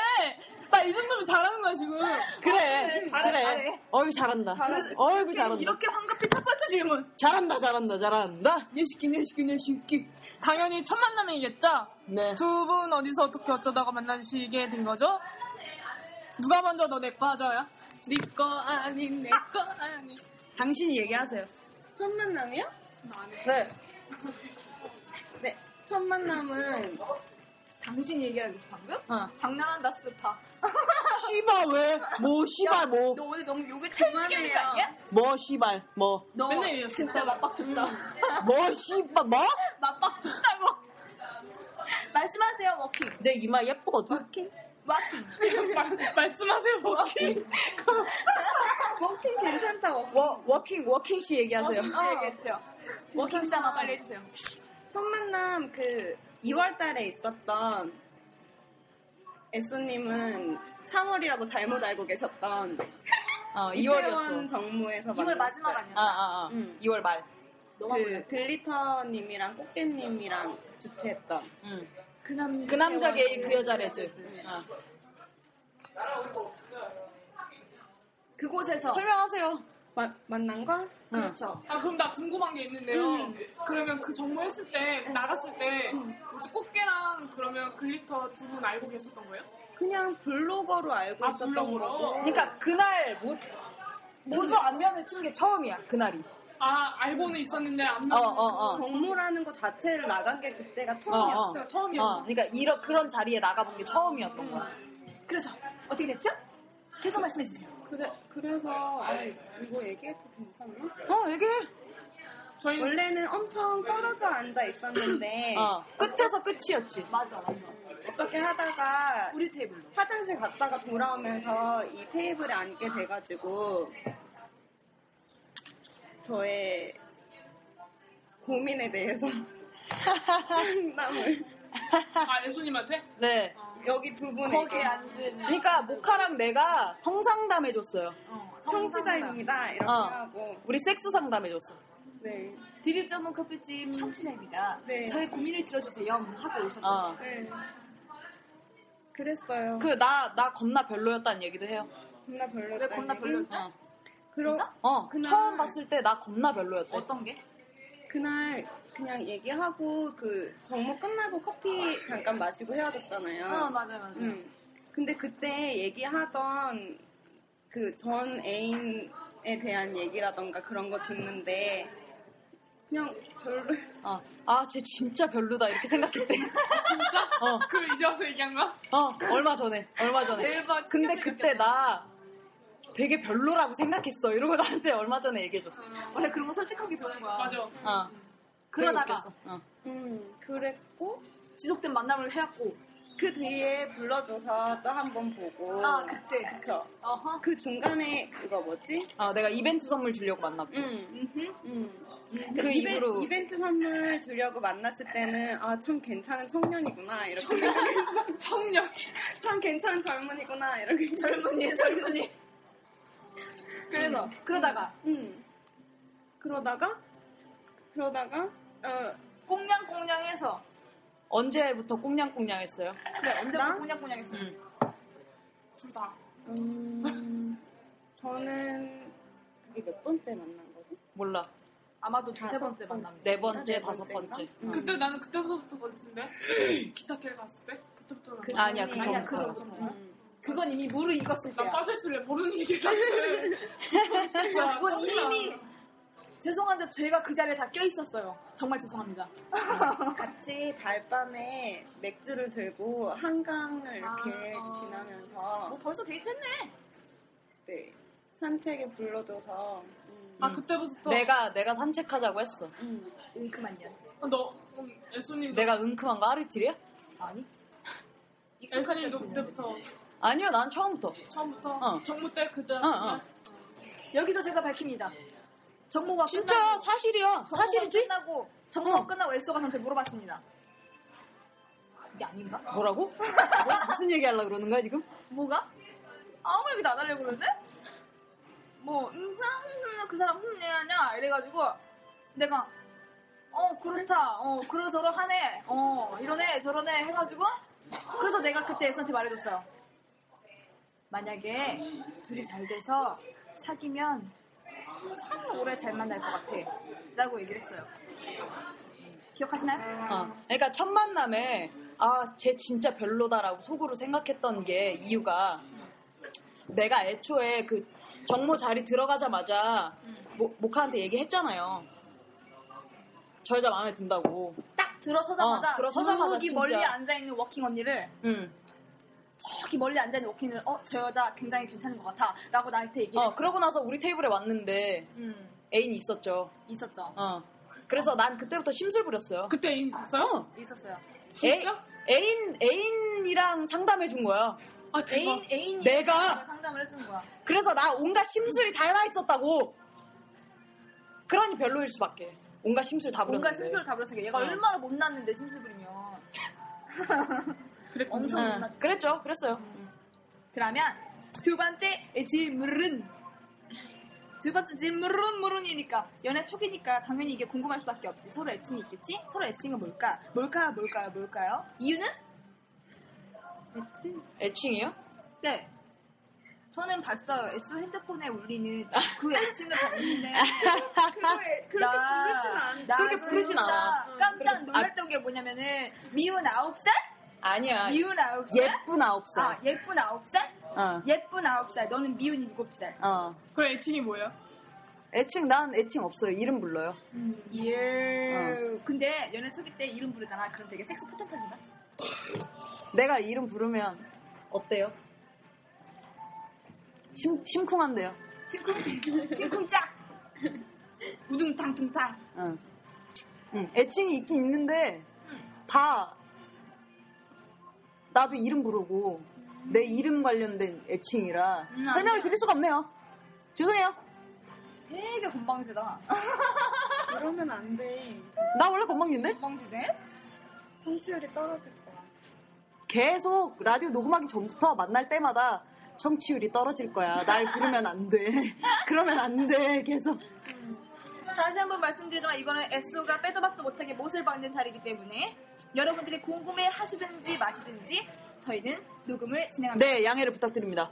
S2: 나 이 정도면 잘하는 거야 지금.
S3: 아, 그래. 그래. 어이 잘한다. 어이구 잘한다.
S6: 이렇게 황급히 첫 번째 질문.
S3: 잘한다 잘한다 잘한다.
S6: 내 시키 내 시키 내 시키.
S2: 당연히 첫 만남이겠죠.
S3: 네.
S2: 두 분 어디서 어떻게 어쩌다가 만나시게 된 거죠? 누가 먼저 너 내 거 하자야? 네 거 아닌 내 거 아닌.
S3: 당신이 얘기하세요.
S5: 첫 만남이요?
S3: 네.
S5: 네. 첫 만남은
S6: 당신 얘기하는 거 방금?
S3: 어.
S6: 장난한다 스파.
S3: 씨발 왜? 뭐 씨발 뭐?
S6: 너 오늘 너무 욕을 잘만해요.
S3: 뭐 씨발 뭐?
S6: 너
S2: 맨날 이래요.
S6: 진짜 맞박 줬다.
S3: 뭐 씨발 뭐?
S6: (laughs) 맞박 줬다고. (laughs) 말씀하세요 워킹.
S3: 내 이마 예쁘거든.
S6: 워킹.
S2: 말씀하세요. 버키.
S5: 워킹 괜찮다 워킹.
S3: 워, 워킹 워킹 씨 얘기하세요.
S6: 어. 얘기했죠. 워킹 삼아 빨리 해주세요.
S5: 첫 만남 그 2월달에 있었던 에쏘님은 3월이라고 잘못 알고 계셨던
S3: 어,
S5: 이태원
S3: 2월이었어.
S5: 정모에서
S6: 이걸
S5: 만났어요.
S6: 마지막 아니야?
S3: 아, 아, 아.
S5: 음.
S3: 2월 말.
S5: 그 글리터님이랑 꽃게님이랑 주최했던
S3: 음.
S6: 그 남자.
S3: 그 남자 게이 그 여자 레즈. 어.
S6: 그곳에서
S3: 설명하세요.
S5: 마- 만난 걸?
S3: 그렇죠.
S2: 아 그럼 나 궁금한 게 있는데요. 그러면 그 정모했을 때 나갔을 때 뭐지 꽃게랑 그러면 글리터 두 분 알고 계셨던 거예요?
S5: 그냥 블로거로 알고
S2: 아,
S5: 있었던
S2: 블로거로?
S5: 거고
S3: 뭐, 그러니까 그날 모, 모두 안면을 튼 게 처음이야. 그날이.
S2: 아 알고는 있었는데 안
S3: 어,
S2: 나온 거.
S3: 어, 어.
S5: 정모라는 것 자체를 나간 게 그때가
S3: 어,
S5: 처음이었어.
S3: 어.
S2: 아, 진짜 처음이었어.
S3: 어, 그러니까 이런 그런 자리에 나가본 게 처음이었던 거야.
S1: 그래서 어떻게 됐죠? 계속 말씀해 주세요.
S5: 그래, 그래서 아, 이거 얘기해도 괜찮나?
S3: 어, 이게
S2: 저희는
S5: 원래는 엄청 떨어져 앉아 있었는데
S3: 어, 끝에서 끝이었지.
S1: 맞아, 맞아.
S5: 어떻게 하다가
S1: 우리 테이블.
S5: 화장실 갔다가 돌아오면서 이 테이블에 앉게 돼가지고 저의 고민에 대해서 (laughs) 상담을
S2: 아 예수님한테
S3: 네.
S5: 여기 두 분에게
S1: 거기 앉은
S3: 그러니까 모카랑 내가 성상담 해줬어요.
S1: 어, 성취자입니다.
S5: 청취자입니다 이렇게
S3: 어.
S5: 하고
S3: 우리 섹스 상담 해줬어.
S5: 네,
S1: 드립 전문 커피집 청취자입니다.
S5: 네.
S1: 저의 고민을 들어줘서 염 하고 오셨다.
S3: 어.
S5: 네. 그랬어요
S3: 그 나 나 겁나 별로였다는 얘기도 해요.
S5: 겁나 별로였다
S1: 왜
S5: 아,
S1: 겁나 별로였다?
S3: 어.
S5: 그러,
S3: 어,
S5: 그날-
S3: 처음 봤을 때 나 겁나 별로였대.
S1: 어떤 게?
S5: 그날 그냥 얘기하고 그 정모 끝나고 커피 잠깐 마시고 헤어졌잖아요
S1: 어, 맞아요, 맞아요.
S5: 음. 근데 그때 얘기하던 그 전 애인에 대한 얘기라던가 그런 거 듣는데 그냥 별로
S3: 어. 아, 쟤 진짜 별로다
S1: (laughs)
S3: 이렇게 생각했대. 진짜? 어,
S2: (laughs) 그 이제 와서 얘기한 거?
S3: 어, 얼마 전에, 얼마 전에.
S2: 대박. 진짜
S3: 근데 그때 나 되게 별로라고 생각했어. 이러고 나한테 얼마 전에 얘기해줬어.
S1: 원래 아, 그런 거 솔직하게 좋은 거야.
S2: 맞아.
S3: 어.
S1: 그러다가
S3: 되게 웃겼어. 어.
S5: 음, 그랬고
S1: 지속된 만남을 해왔고.
S5: 그 뒤에 불러줘서 또 한 번 보고
S1: 아, 그때.
S5: 그쵸
S1: 어허.
S5: 그 중간에 그거 뭐지?
S3: 아, 내가 이벤트 선물 주려고 만났고.
S5: 음,
S1: 음흠.
S5: 음.
S3: 그
S5: 이벤-
S3: 이후로
S5: 이벤트 선물 주려고 만났을 때는 아 참 괜찮은 청년이구나 이렇게 생각해서
S2: 청년.
S5: (laughs) 참 괜찮은 젊은이구나 이렇게 젊은이 젊은이
S1: 그래서 그러다가
S5: 음. 그러다가 그러다가 어
S1: 꽁냥꽁냥해서
S3: 언제부터 꽁냥꽁냥했어요?
S1: 그래 언제부터
S5: 나?
S1: 꽁냥꽁냥했어?
S3: 응.
S1: 둘 다.
S5: 음, 저는 그게 몇 번째 만난 거지?
S3: 몰라.
S1: 아마도 두세 번째
S5: 번.
S1: 만남.
S3: 네 번째,
S5: 네
S3: 다섯
S5: 번째인가?
S3: 번째.
S5: 음.
S2: 그때 나는 그때부터 봤는데 (laughs) 기차길 갔을 때 그때부터
S5: 그
S2: 나-
S3: 아니야, 그
S1: 아니야, 그
S3: 전부터.
S1: 전부터.
S5: 음.
S1: 그건 이미 물을 익었을
S2: 난
S1: 때야.
S2: 빠져있을래 모르는 얘기를
S3: (laughs)
S2: 하는데 진짜
S3: 아,
S1: 그건 이미 죄송한데 저희가 그 자리에 다 껴 있었어요. 정말 죄송합니다.
S5: 같이 달밤에 맥주를 들고 한강을 이렇게
S1: 아, 어.
S5: 지나면서
S1: 뭐 벌써 데이트했네.
S5: 네, 산책에 불러줘서 음.
S2: 아 그때부터
S3: 내가 내가 산책하자고 했어.
S5: 음.
S1: 은큼한년.
S2: 너 음, 예수님
S3: 내가 은큼한 거 하루 이틀이야?
S1: 아니.
S2: 예수님도 그때부터
S3: 아니요, 난 처음부터.
S2: 처음부터
S3: 어.
S2: 정무 때 그때
S3: 어, 어.
S1: 여기서 제가 밝힙니다. 정모가
S3: 진짜
S1: 끝나고,
S3: 사실이야.
S1: 정모가
S3: 사실이지?
S1: 끝나고 정모가
S3: 어.
S1: 끝나고 엘소가 저한테 물어봤습니다. 이게 아닌가?
S3: 뭐라고? 뭐, 무슨 얘기 하려고 그러는 거야, 지금?
S1: 뭐가? 아무 얘기도 안 하려고 그러는데? 뭐, 음, 나, 음, 음, 그 사람 흠, 얘하냐? 이래가지고, 내가, 어, 그렇다. 어, 그러저러 하네. 어, 이러네, 저러네. 해가지고, 그래서 내가 그때 애수한테 말해줬어요. 만약에 둘이 잘 돼서 사귀면 참 오래 잘 만날 것 같아. 라고 얘기를 했어요. 기억하시나요?
S3: 어. 그러니까 첫 만남에 아, 쟤 진짜 별로다라고 속으로 생각했던 게 이유가 내가 애초에 그 정모 자리 들어가자마자 모, 모카한테 얘기했잖아요. 저 여자 마음에 든다고.
S1: 딱 들어서자마자,
S3: 어, 들어서자마자
S1: 저기
S3: 진짜.
S1: 멀리 앉아있는 워킹 언니를
S2: 음.
S3: 응.
S1: 저기 멀리 앉아있는 워킹을 어, 저 여자 굉장히 괜찮은 것 같아 라고 나한테 얘기해
S3: 어, 그러고 나서 우리 테이블에 왔는데
S1: 음,
S3: 애인이 있었죠.
S1: 있었죠
S3: 어. 그래서 난 그때부터 심술 부렸어요.
S2: 그때 애인 있었어요?
S1: 있었어요
S2: 진짜?
S3: 애인 애인이랑 상담해 준 거야.
S2: 아 대박
S1: 애인, 애인이
S3: 내가?
S1: 상담을 해준 거야
S3: 그래서 나 온갖 심술이 다 해와 있었다고. 그러니 별로일 수밖에. 온갖 심술 다 부렸는데.
S1: 뭔가 심술을 다 부렸으니까 얘가
S3: 어.
S1: 얼마나 못났는데 심술 부리면
S2: 그랬구나
S1: 엄청
S3: 응,
S1: 못났지
S3: 그랬죠. 그랬어요.
S1: 그러면 두 번째 질문은 두 번째 질문은 물론이니까 연애 초기니까 당연히 이게 궁금할 수밖에 없지 서로 애칭이 있겠지? 서로 애칭은 뭘까? 뭘까요? 뭘까요? 뭘까요? 이유는?
S5: 그치?
S3: 애칭이요?
S1: 네. 저는 봤어요. S 핸드폰에 (laughs) 울리는 그 애칭을 봤는데 (laughs)
S5: 그거에 그렇게
S1: 나-
S5: 부르진 않
S1: 나
S3: 그렇게 부르진
S1: 진짜
S3: 않아.
S1: 깜짝
S3: 그렇게-
S1: 놀랐던 게 뭐냐면은 미운 아홉 살,
S3: (laughs) 아니야.
S1: 미운 아홉 살,
S3: 예쁜 아홉
S1: 아
S3: 살.
S1: 예쁜 아홉 살,
S3: 어.
S1: 예쁜 아홉 살. 너는 미운 일곱 살.
S3: 어.
S2: 그럼 애칭이 뭐예요?
S3: 애칭 난 애칭 없어요. 이름 불러요.
S1: 예.
S3: 어.
S1: 근데 연애 초기 때 이름 부르잖아. 그럼 되게 섹스 포텐트인가?
S3: 내가 이름 부르면 어때요? 심, 심쿵한데요.
S1: 심쿵 (laughs) 심쿵짝 우둥탕둥탕.
S3: 응. 응. 애칭이 있긴 있는데 다 나도 이름 부르고 내 이름 관련된 애칭이라
S1: 음,
S3: 설명을
S1: 아니야.
S3: 드릴 수가 없네요. 죄송해요.
S1: 되게 건방지다.
S5: 그러면 안 돼.
S3: 나 원래 건방진데
S1: 건방지네.
S5: 성취율이 떨어질 거야.
S3: 계속 라디오 녹음하기 전부터 만날 때마다 청취율이 떨어질 거야. 날 부르면 안 돼. (laughs) 그러면 안 돼. 계속
S1: 다시 한번 말씀드리지만 이거는 애쏘가 빼도 박도 못하게 못을 박는 자리이기 때문에 여러분들이 궁금해 하시든지 마시든지 저희는 녹음을 진행합니다.
S3: 네 양해를 부탁드립니다.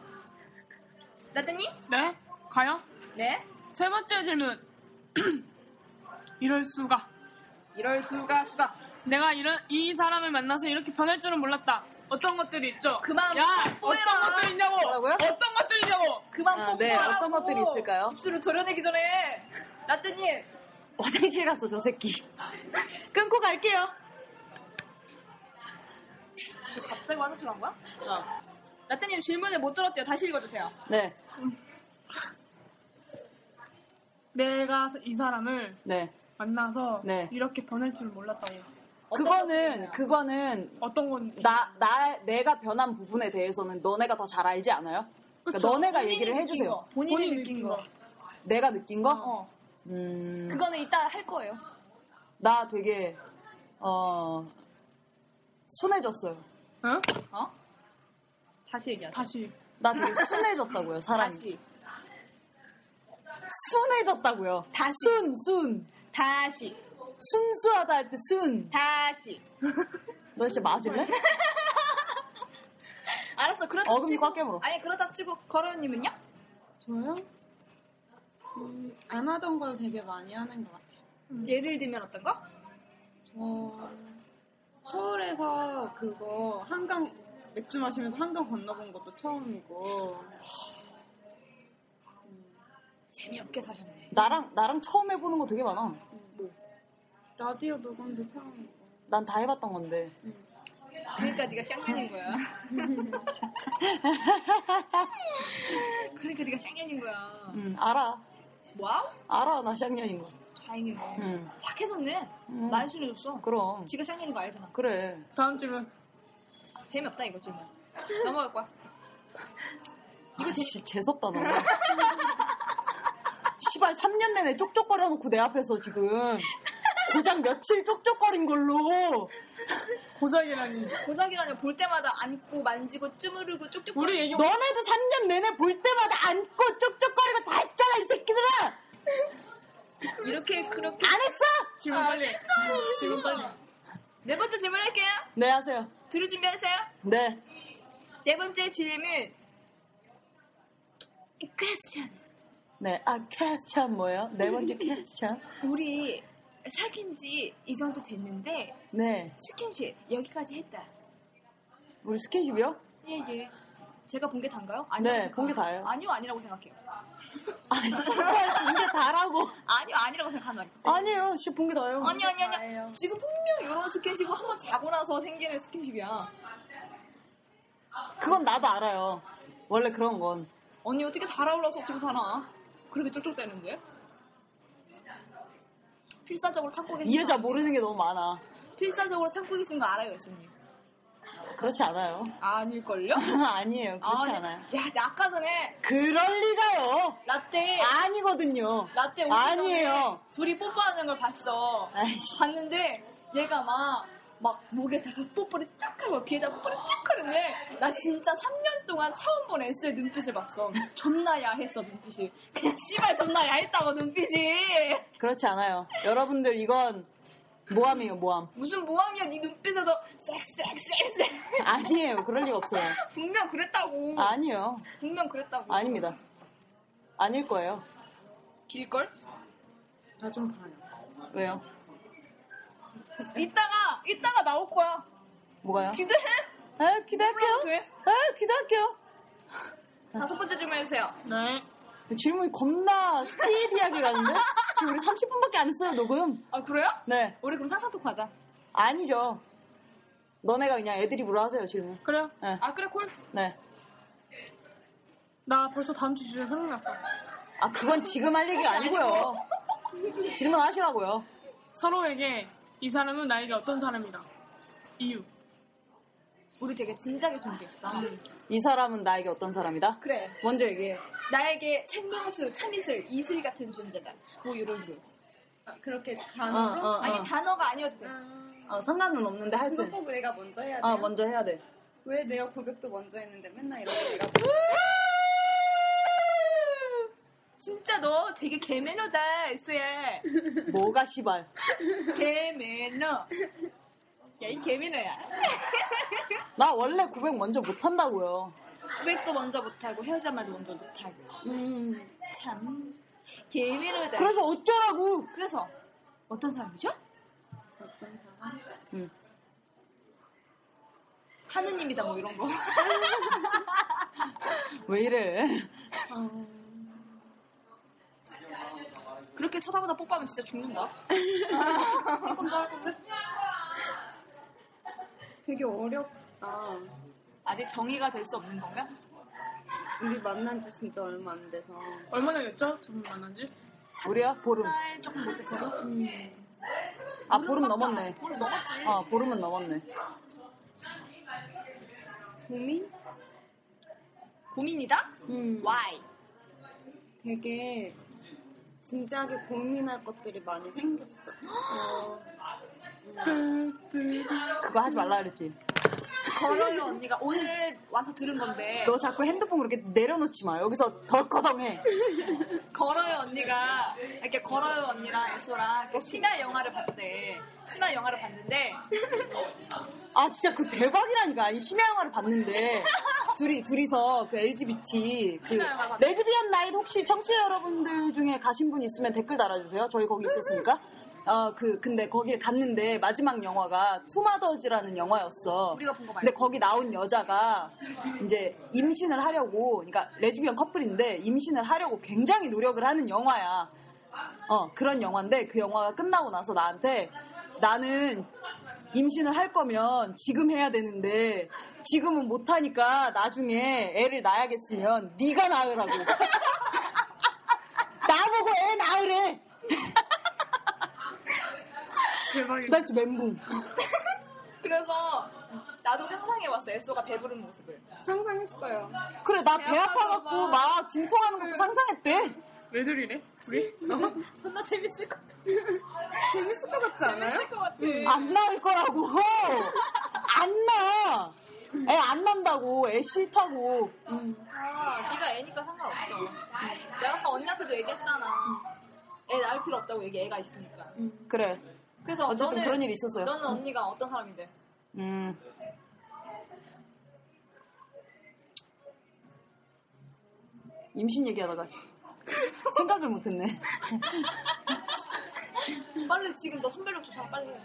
S1: 라떼님?
S2: 네? 가요?
S1: 네.
S2: 세 번째 질문. (clears throat) 이럴 수가.
S1: 이럴 수가 수가.
S2: 내가 이런 이 사람을 만나서 이렇게 변할 줄은 몰랐다. 어떤 것들이 있죠?
S1: 그만
S2: 야,
S1: 뽀뽀해라.
S2: 어떤 것들이 있냐고.
S3: 뭐라고요?
S2: 어떤 것들이 있냐고.
S1: 그만
S3: 아,
S1: 뽀뽀하라고.
S3: 네, 어떤 것들이 있을까요?
S1: 입술을 도려내기 전에 라떼님
S3: 화장실 갔어 저 새끼. (laughs) 끊고 갈게요.
S1: 저 갑자기 화장실 간 거야?
S3: 어.
S1: 라떼님 질문을 못 들었대요. 다시 읽어주세요.
S3: 네.
S2: 내가 이 사람을
S3: 네.
S2: 만나서
S3: 네.
S2: 이렇게 변할 줄 몰랐다고.
S1: 어떤
S3: 그거는
S1: 것들이세요?
S3: 그거는
S2: 어떤 건
S3: 나, 나 내가 변한 부분에 대해서는 너네가 더 잘 알지 않아요? 그러니까
S2: 그쵸.
S3: 너네가
S1: 본인이
S3: 얘기를
S1: 느낀
S3: 해주세요.
S1: 거, 본인이, 느낀 거.
S3: 내가 느낀 거?
S1: 어.
S3: 음,
S1: 그거는 이따 할 거예요.
S3: 나 되게 어 순해졌어요.
S2: 응?
S1: 어? 다시 얘기하세요.
S2: 다시.
S3: 나 되게
S1: (laughs)
S3: 순해졌다고요, 사람이.
S1: 다시.
S3: 순해졌다고요.
S1: 다시.
S3: 순, 순.
S1: 다시.
S3: 순수하다 할 때 순.
S1: 다시.
S3: 너 진짜
S1: (laughs)
S3: 맞을래?
S1: 알았어. 그렇다
S3: 어금니
S1: 치고.
S3: 꽉 깨물어.
S1: 아니 그렇다 치고 걸어님은요?
S5: 저요? 음, 안 하던 걸 되게 많이 하는 것 같아요.
S1: 음. 예를 들면 어떤 거?
S5: 저 서울에서 그거 한강 맥주 마시면서 한강 건너본 것도 처음이고
S1: 재미없게 사셨네.
S3: 나랑 나랑 처음 해보는 거 되게 많아.
S5: 라디오 녹음도 처음이고
S3: 난 다 해봤던 건데.
S1: 그러니까 네가 샹년인 거야.
S5: (laughs)
S1: 그러니까 네가 샹년인 거야.
S3: 음, 알아.
S1: 와우?
S3: 알아, 나 쌍년인 거.
S1: 다행이네.
S3: 음,
S1: 착해졌네.
S3: 음.
S1: 많이 순해졌어.
S3: 그럼.
S1: 지가 샹년인 거 알잖아.
S3: 그래.
S2: 다음 질문.
S1: 재미없다 이거 질문. 넘어갈 거야.
S3: 이거 진짜 재수없다, 너. 시발, 3년 내내 쪽쪽거려 놓고 내 앞에서 지금. 고작 며칠 쪽쪽거린 걸로.
S2: 고작이라니.
S1: 고작이라뇨 볼 때마다 안고 만지고 쭈무르고 쪽쪽.
S2: 우리 얘기
S3: 너네도 3년 내내 볼 때마다 안고 쪽쪽거리고 다 했잖아, 이 새끼들아!
S1: 이렇게 그렇게.
S3: 안 했어!
S2: 질문 빨리. 질문 빨리.
S1: 네 번째 질문할게요.
S3: 네, 하세요.
S1: 들을 준비하세요.
S3: 네.
S1: 네 번째 질문. 이 퀘스천.
S3: 네. 아, 퀘스천 뭐예요? 네 번째 퀘스천.
S1: 우리 사귄 지 이 정도 됐는데
S3: 네.
S1: 스킨십 여기까지 했다.
S3: 우리 스킨십이요?
S1: 예, 예. 제가 본 게 단가요? 아니요.
S3: 네, 본게 다예요.
S1: 아니요, 아니라고 생각해요.
S3: 아, 씨발, 본게 다라고.
S1: 아니요, 아니라고 생각하는 거
S3: 아니에요, 씨, 본게 다예요.
S1: 아니, 아니, 아니. 지금 분명 이런 스킨십은 한번 자고 나서 생기는 스킨십이야.
S3: 그건 나도 알아요. 원래 그런 건.
S1: 언니 어떻게 달아올라서 어떻게 사나? 그렇게 쫄쫄대는데? 필사적으로 참고 계신
S3: 이 여자
S1: 거-
S3: 모르는 게 너무 많아.
S1: 필사적으로 참고 계신 거 알아요, 여수님?
S3: 그렇지 않아요. (laughs)
S1: 아닐걸요?
S3: 아니에요. 그렇지
S1: 아니. 네.
S3: 않아요.
S1: 야, 나 아까 전에
S3: 그럴 리가요.
S1: 라떼
S3: 아니거든요.
S1: 라떼 오기
S3: 아, 아니에요.
S1: 전에 둘이 뽀뽀하는 걸 봤어.
S3: 아이씨.
S1: 봤는데 얘가 막, 막 목에다가 뽀뽀를 쫙 하고 귀에다 뽀뽀를 쫙 하는데 나 진짜 3년 동안 처음 본 애수의 눈빛을 봤어. (laughs) 존나 야했어 눈빛이. 그냥 씨발 존나 야했다고 눈빛이.
S3: 그렇지 않아요. 여러분들 이건 모함이에요, 모함.
S1: 무슨 모함이야 네 눈빛에서 쌔쌔쌔쌔
S3: 아니에요. 그럴 리가 없어요.
S1: 분명 그랬다고
S3: 아니요.
S1: 분명 그랬다고
S3: 아닙니다. 아닐 거예요.
S1: 길걸?
S5: 나좀 봐요.
S3: 왜요?
S1: 이따가 이따가 나올 거야
S3: 뭐가요?
S1: 기대해
S3: 아,
S1: 몰라도
S3: 기대할게요.
S1: 돼?
S3: 아, 기대할게요.
S1: 다섯 번째 질문 해주세요
S2: 네.
S3: 질문이 겁나 스피디하게 가는데? 지금 우리 30분밖에 안 했어요, 녹음.
S1: 아 그래요?
S3: 네.
S1: 우리 그럼 상상 토크 하자.
S3: 아니죠. 너네가 그냥 애드립으로 하세요, 질문.
S2: 그래요?
S3: 네.
S2: 아 그래 콜?
S3: 네.
S2: 나 벌써 다음 주 주제 생각났어.
S3: 아, 그건 지금 할 얘기가 아니고요. 질문하시라고요.
S2: 서로에게 이 사람은 나에게 어떤 사람이다. 이유.
S1: 우리 되게 진지하게 준비했어.
S3: 이 사람은 나에게 어떤 사람이다?
S1: 그래.
S3: 먼저 얘기해.
S1: 나에게 생명수, 참이슬, 이슬 같은 존재다. 뭐 이런 거.
S5: 아, 그렇게
S3: 어,
S5: 단어로 음.
S3: 어,
S1: 아니
S3: 어.
S1: 단어가 아니어도 돼.
S3: 어, 상관은 없는데
S5: 그것
S3: 하여튼.
S5: 보고 내가 먼저 해야 돼.
S3: 아, 먼저 해야 돼.
S5: 왜 내가 고백도 먼저 했는데 맨날 이렇게 내가
S1: 진짜 너 되게 개매너다, 에스야.
S3: 뭐가 시발.
S1: (laughs) 개매너. 야, 이 개매너야.
S3: 나 원래 900 먼저 못한다고요.
S1: 고백도 먼저 못하고 헤어진 말도 먼저 못하고.
S3: 음.
S1: 참 개매너다.
S3: 그래서 어쩌라고!
S1: 그래서 어떤 사람이죠?
S3: 음.
S1: 하느님이다 뭐 이런
S5: (laughs)
S1: 거.
S3: 왜 이래.
S1: 그렇게 쳐다보다 뽀뽀하면 진짜 죽는다.
S5: 되게 어렵다.
S1: 아직 정의가 될 수 없는 건가?
S5: 우리 만난 지 진짜 얼마 안 돼서.
S2: 얼마나 됐죠? 두 분 만난 지?
S3: 우리야? 보름. 음.
S1: 날 조금 못했어도.
S3: 아, 보름 넘었네.
S1: 오늘 넘었지.
S3: 어, 보름은 넘었네.
S5: 고민?
S1: 고민이다?
S5: 음.
S1: Why?
S5: 되게 진지하게 고민할 것들이 많이 생겼어. 어,
S3: 그거 하지 말라 그랬지.
S1: 걸어요 언니가 오늘 와서 들은 건데
S3: 너 자꾸 핸드폰 그렇게 내려놓지 마. 여기서 덜커덩해.
S1: 걸어요 언니가 이렇게 걸어요 언니랑 예소랑 이렇게 심야 영화를 봤대. 심야 영화를 봤는데
S3: 아 진짜 그 대박이라니까. 아니 심야 영화를 봤는데 둘이 둘이서 그 LGBT 그
S1: 심야 영화 봤-
S3: 레즈비언 나인 혹시 청취자 여러분들 중에 가신 분 있으면 댓글 달아주세요. 저희 거기 있었으니까. 어 그 근데 거기를 갔는데 마지막 영화가 투마더즈라는 영화였어.
S1: 우리가 본 거 말고
S3: 근데 거기 나온 여자가 이제 임신을 하려고, 그러니까 레즈비언 커플인데 임신을 하려고 굉장히 노력을 하는 영화야. 어, 그런 영화인데 그 영화가 끝나고 나서 나한테 나는 임신을 할 거면 지금 해야 되는데 지금은 못 하니까 나중에 애를 낳아야겠으면 네가 낳으라고. (laughs) 나보고 애 낳으래.
S2: 대박이다.
S3: 나 진짜 멘붕.
S1: 그래서 나도 상상해봤어 예소가 배부른 모습을.
S5: 상상했어요.
S3: 그래 나 배 아파갖고 막 진통하는 것도 상상했대.
S2: 네. 왜들이래? 둘이?
S1: 존나 재밌을 것 같아.
S5: 재밌을 것 같지 않아요? 음.
S1: 재밌을 것 같아.
S3: 안 나올 거라고. 안 나. 애 안 난다고. 애 싫다고. 음,
S1: 아, 네가 애니까 상관없어. 내가 아까 언니한테도 얘기했잖아. 애 낳을 필요 없다고 얘기 애가 있으니까.
S3: 그래.
S1: 그래서
S3: 어쨌든
S1: 너는,
S3: 그런 일이 있었어요.
S1: 너는 언니가 어떤 사람인데?
S3: 음. 임신 얘기하다가 (laughs) 생각을 못했네.
S1: 빨리 지금 너 손발력 조사 빨리 해.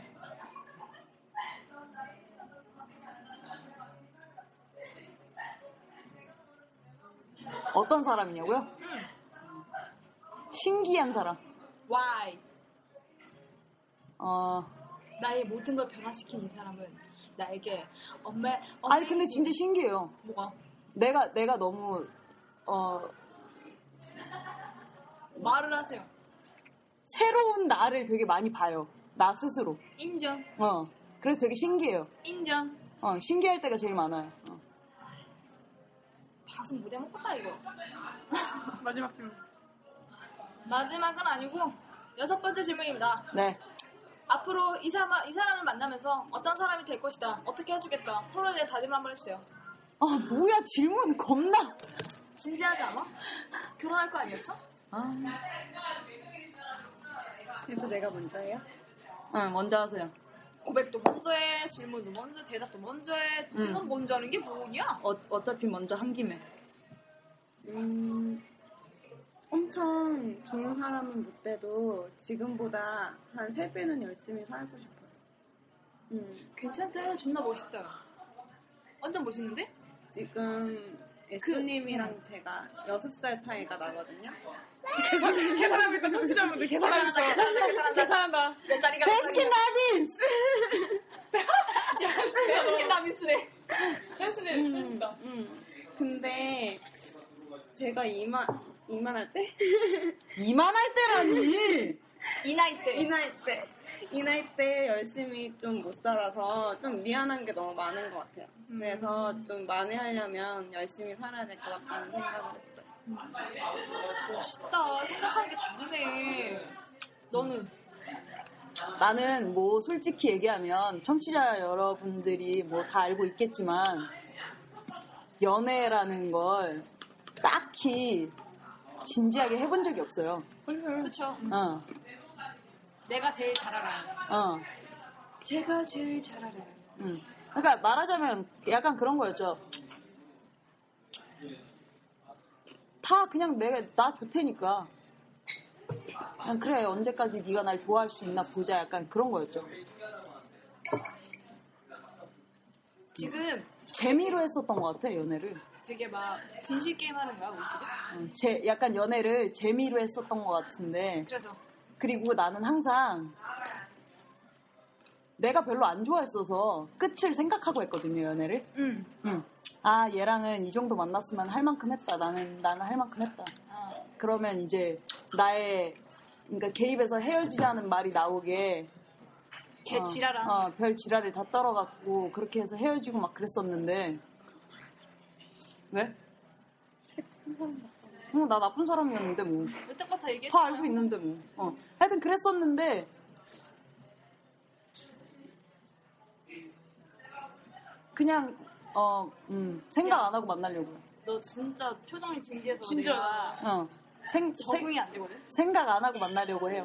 S3: 어떤 사람이냐고요? 신기한 사람.
S1: Why?
S3: 어.
S1: 나의 모든 걸 변화시킨 이 사람은 나에게 엄마.
S3: 아니 근데 진짜 신기해요.
S1: 뭐가
S3: 내가 내가 너무 어
S1: 말을 하세요.
S3: 새로운 나를 되게 많이 봐요. 나 스스로.
S1: 인정,
S3: 어. 그래서 되게 신기해요.
S1: 인정.
S3: 어, 신기할 때가 제일 많아요. 어.
S1: 가슴 무대 못 갔다 이거.
S2: 어, 마지막 질문.
S1: 마지막은 아니고 여섯 번째 질문입니다.
S3: 네.
S1: 앞으로 이 사람 이 사람을 만나면서 어떤 사람이 될 것이다. 어떻게 해주겠다. 서로에 대해 다짐을 한번 했어요.
S3: 아, 뭐야, 질문 겁나.
S1: 진지하지 않아? (laughs) 결혼할 거 아니었어?
S3: 아,
S5: 그래도 내가 먼저 해요?
S3: 응, 먼저 하세요.
S1: 고백도 먼저 해, 질문도 먼저, 해, 대답도 먼저 해. 도대체
S3: 음.
S1: 넌 먼저 하는 게 뭐냐?
S3: 어, 어차피 먼저 한 김에.
S5: 음, 엄청 좋은 사람은 못 돼도 지금보다 한 3배는 열심히 살고 싶어요. 음,
S1: 괜찮다. 존나 멋있다. 완전 멋있는데?
S5: 지금
S3: 그
S5: 예수님이랑 제가 6살 차이가 나거든요.
S2: 계산하고 있다, 청취자분들. 계산하고 있어. 계산한다.
S5: 내 자리가 베스킨 라빈스!
S3: (laughs)
S5: 베스킨 라빈스래.
S2: 아, 센스네, 센스다.
S5: 어. 음. 근데 제가 이만,
S3: (laughs)
S5: 이만할 때?
S3: 이만할 때라니.
S5: 이 나이 때. 이 나이 때. 이 나이 때 열심히 좀 못 살아서 좀 미안한 게 너무 많은 것 같아요. 그래서 좀 만회하려면 열심히 살아야 될 것 같다는 생각을 했어요.
S1: 진짜 생각하는 게 다르네. 너는
S3: 나는 뭐 솔직히 얘기하면 청취자 여러분들이 뭐 다 알고 있겠지만 연애라는 걸 딱히 진지하게 해본 적이 없어요.
S1: 그렇죠.
S3: 어,
S1: 내가 제일 잘 알아.
S3: 어.
S1: 제가 제일 잘 알아.
S3: 음. 그러니까 말하자면 약간 그런 거였죠. 다 그냥 내가 나 좋테니까. 그냥 그래 언제까지 네가 날 좋아할 수 있나 보자 약간 그런 거였죠.
S1: 지금
S3: 재미로 했었던 것 같아 연애를.
S1: 되게 막 진실 게임 하는 거야 우리 지금.
S3: 어, 제 약간 연애를 재미로 했었던 것 같은데
S1: 그래서
S3: 그리고 나는 항상 내가 별로 안 좋아했어서 끝을 생각하고 했거든요 연애를.
S1: 응.
S3: 응. 아 얘랑은 이 정도 만났으면 할 만큼 했다. 나는 나는 할 만큼 했다.
S1: 어.
S3: 그러면 이제 나의 그러니까 개입에서 헤어지자는 말이 나오게
S1: 개
S3: 어,
S1: 지랄아.
S3: 어, 별 지랄이 다 떨어갖고 그렇게 해서 헤어지고 막 그랬었는데 왜? 어, 나 나쁜 사람이었는데 뭐.
S1: 여태껏 다 얘기했잖아.
S3: 다 알고 있는데 뭐. 어. 하여튼 그랬었는데 그냥 어, 음, 생각 안 하고 만나려고.
S1: 너 진짜 표정이 진지해서
S2: 진짜.
S1: 내가
S3: 어. 생, 생,
S1: 적응이 안 되거든.
S3: 생각 안 하고 만나려고 해요.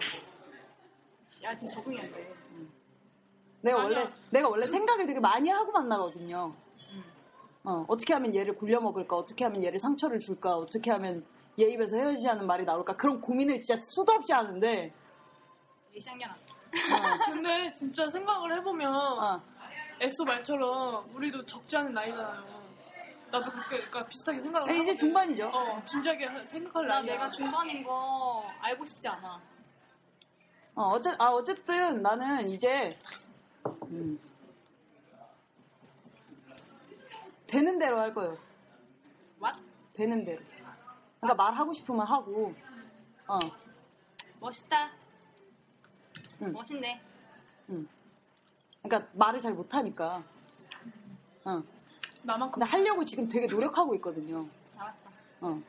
S1: 야 지금 적응이 안 돼.
S3: 내가
S2: 아니야.
S3: 원래 내가 원래 생각을 되게 많이 하고 만나거든요. 어, 어떻게 하면 얘를 굴려 먹을까? 어떻게 하면 얘를 상처를 줄까? 어떻게 하면 얘 입에서 헤어지자는 말이 나올까? 그런 고민을 진짜 수도 없이 하는데
S1: 이샹년아.
S2: 근데 진짜 생각을 해보면
S3: 어,
S2: 애써 말처럼 우리도 적지 않은 나이잖아요. 나도 그렇게 그러니까 비슷하게 생각을
S3: 이제
S2: 하거든.
S3: 중반이죠.
S2: 어, 진지하게 하- 생각할
S1: 나
S2: 나이야.
S1: 내가 중반인 거 알고 싶지 않아.
S3: 어, 어째, 아, 어쨌든 나는 이제 음, 되는 대로 할 거예요.
S1: What?
S3: 되는 대로. 그러니까 말하고 싶으면 하고. 어.
S1: 멋있다.
S3: 응.
S1: 멋있네.
S3: 그러니까 말을 잘 못하니까. 어.
S2: 나만큼 그-
S3: 근데 하려고 지금 되게 노력하고 있거든요.
S1: 알았어.
S3: 어.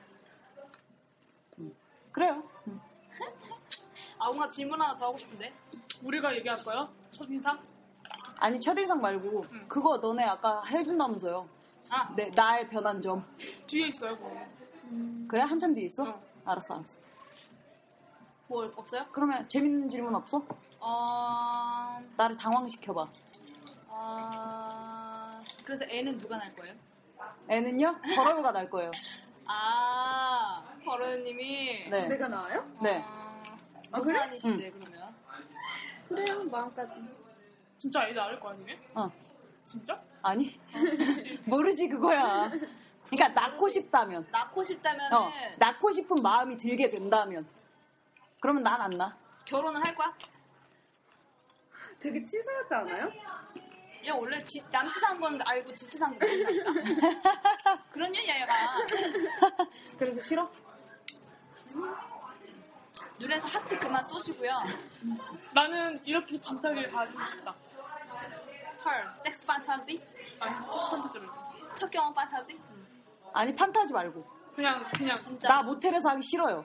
S3: 음. 그래요.
S1: 아 뭔가 질문 하나 더 하고 싶은데.
S2: 우리가 얘기할 거야? 첫인상?
S3: 아니 첫인상 말고 그거 너네 아까 해준다면서요.
S1: 아.
S3: 내 나의 변한 점.
S2: 뒤에 있어요, 그거.
S3: 그래 한참 뒤에 있어?
S2: 어.
S3: 알았어 알았어.
S1: 뭘 없어요?
S3: 그러면 재밌는 질문 없어?
S1: 어.
S3: 나를 당황시켜봐.
S1: 어... 그래서 애는 누가 날 거예요?
S3: 애는요? 버러요가 날 거예요.
S1: 아, 버릇님이.
S3: 네.
S5: 내가 나와요?
S3: 네.
S1: 아, 그래? 아니신데 그러면.
S5: 그래요, 마음까지.
S2: 진짜 아이 낳을 거 아니네?
S3: 어.
S2: 진짜?
S3: 아니 (laughs) 모르지 그거야. 그러니까 낳고 싶다면,
S1: 낳고 싶다면은
S3: 어, 낳고 싶은 마음이 들게 된다면, 그러면 난 안 나.
S1: 결혼을 할 거야?
S5: 되게 치사하지 않아요?
S1: 얘 원래 지, 남치산 건 알고 지치산 건 모른다니까. (laughs) 그런 년이야, 얘가.
S3: 그래서 싫어?
S1: 눈에서 하트 그만 쏘시고요.
S2: 나는 이렇게 잠자리를 가지고 싶다.
S1: 헐, 섹스 판타지?
S2: 아니, 첫 번째 들은.
S1: 첫 경험 판타지?
S3: (laughs) 아니 판타지 말고.
S2: 그냥, 그냥
S1: 진짜.
S3: 나 모텔에서 하기 싫어요.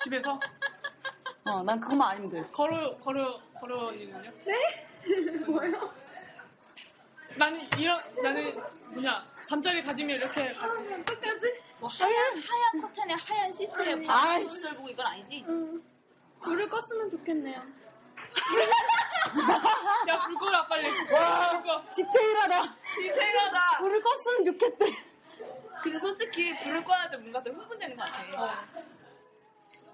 S2: 집에서
S3: 어, 난 그것만 아니면 돼.
S2: 걸어, 걸어, 걸어니군요? 네? (laughs) 뭐요? 나는 이런, 나는 뭐냐, 잠자리 가지면 이렇게 가지.
S1: 뭐 하얀, 하얀 커튼에 하얀 시트에 바람
S3: 아이씨.
S1: 쏘는 보고 이건 아니지?
S5: 음. 불을 껐으면 좋겠네요.
S2: 야, 불 꺼라, 빨리. 불 꺼.
S3: 디테일하다.
S1: 디테일하다.
S3: 불을 껐으면 좋겠대.
S1: 근데 솔직히 부를 꺼야 돼 뭔가 더 흥분되는 것 같아.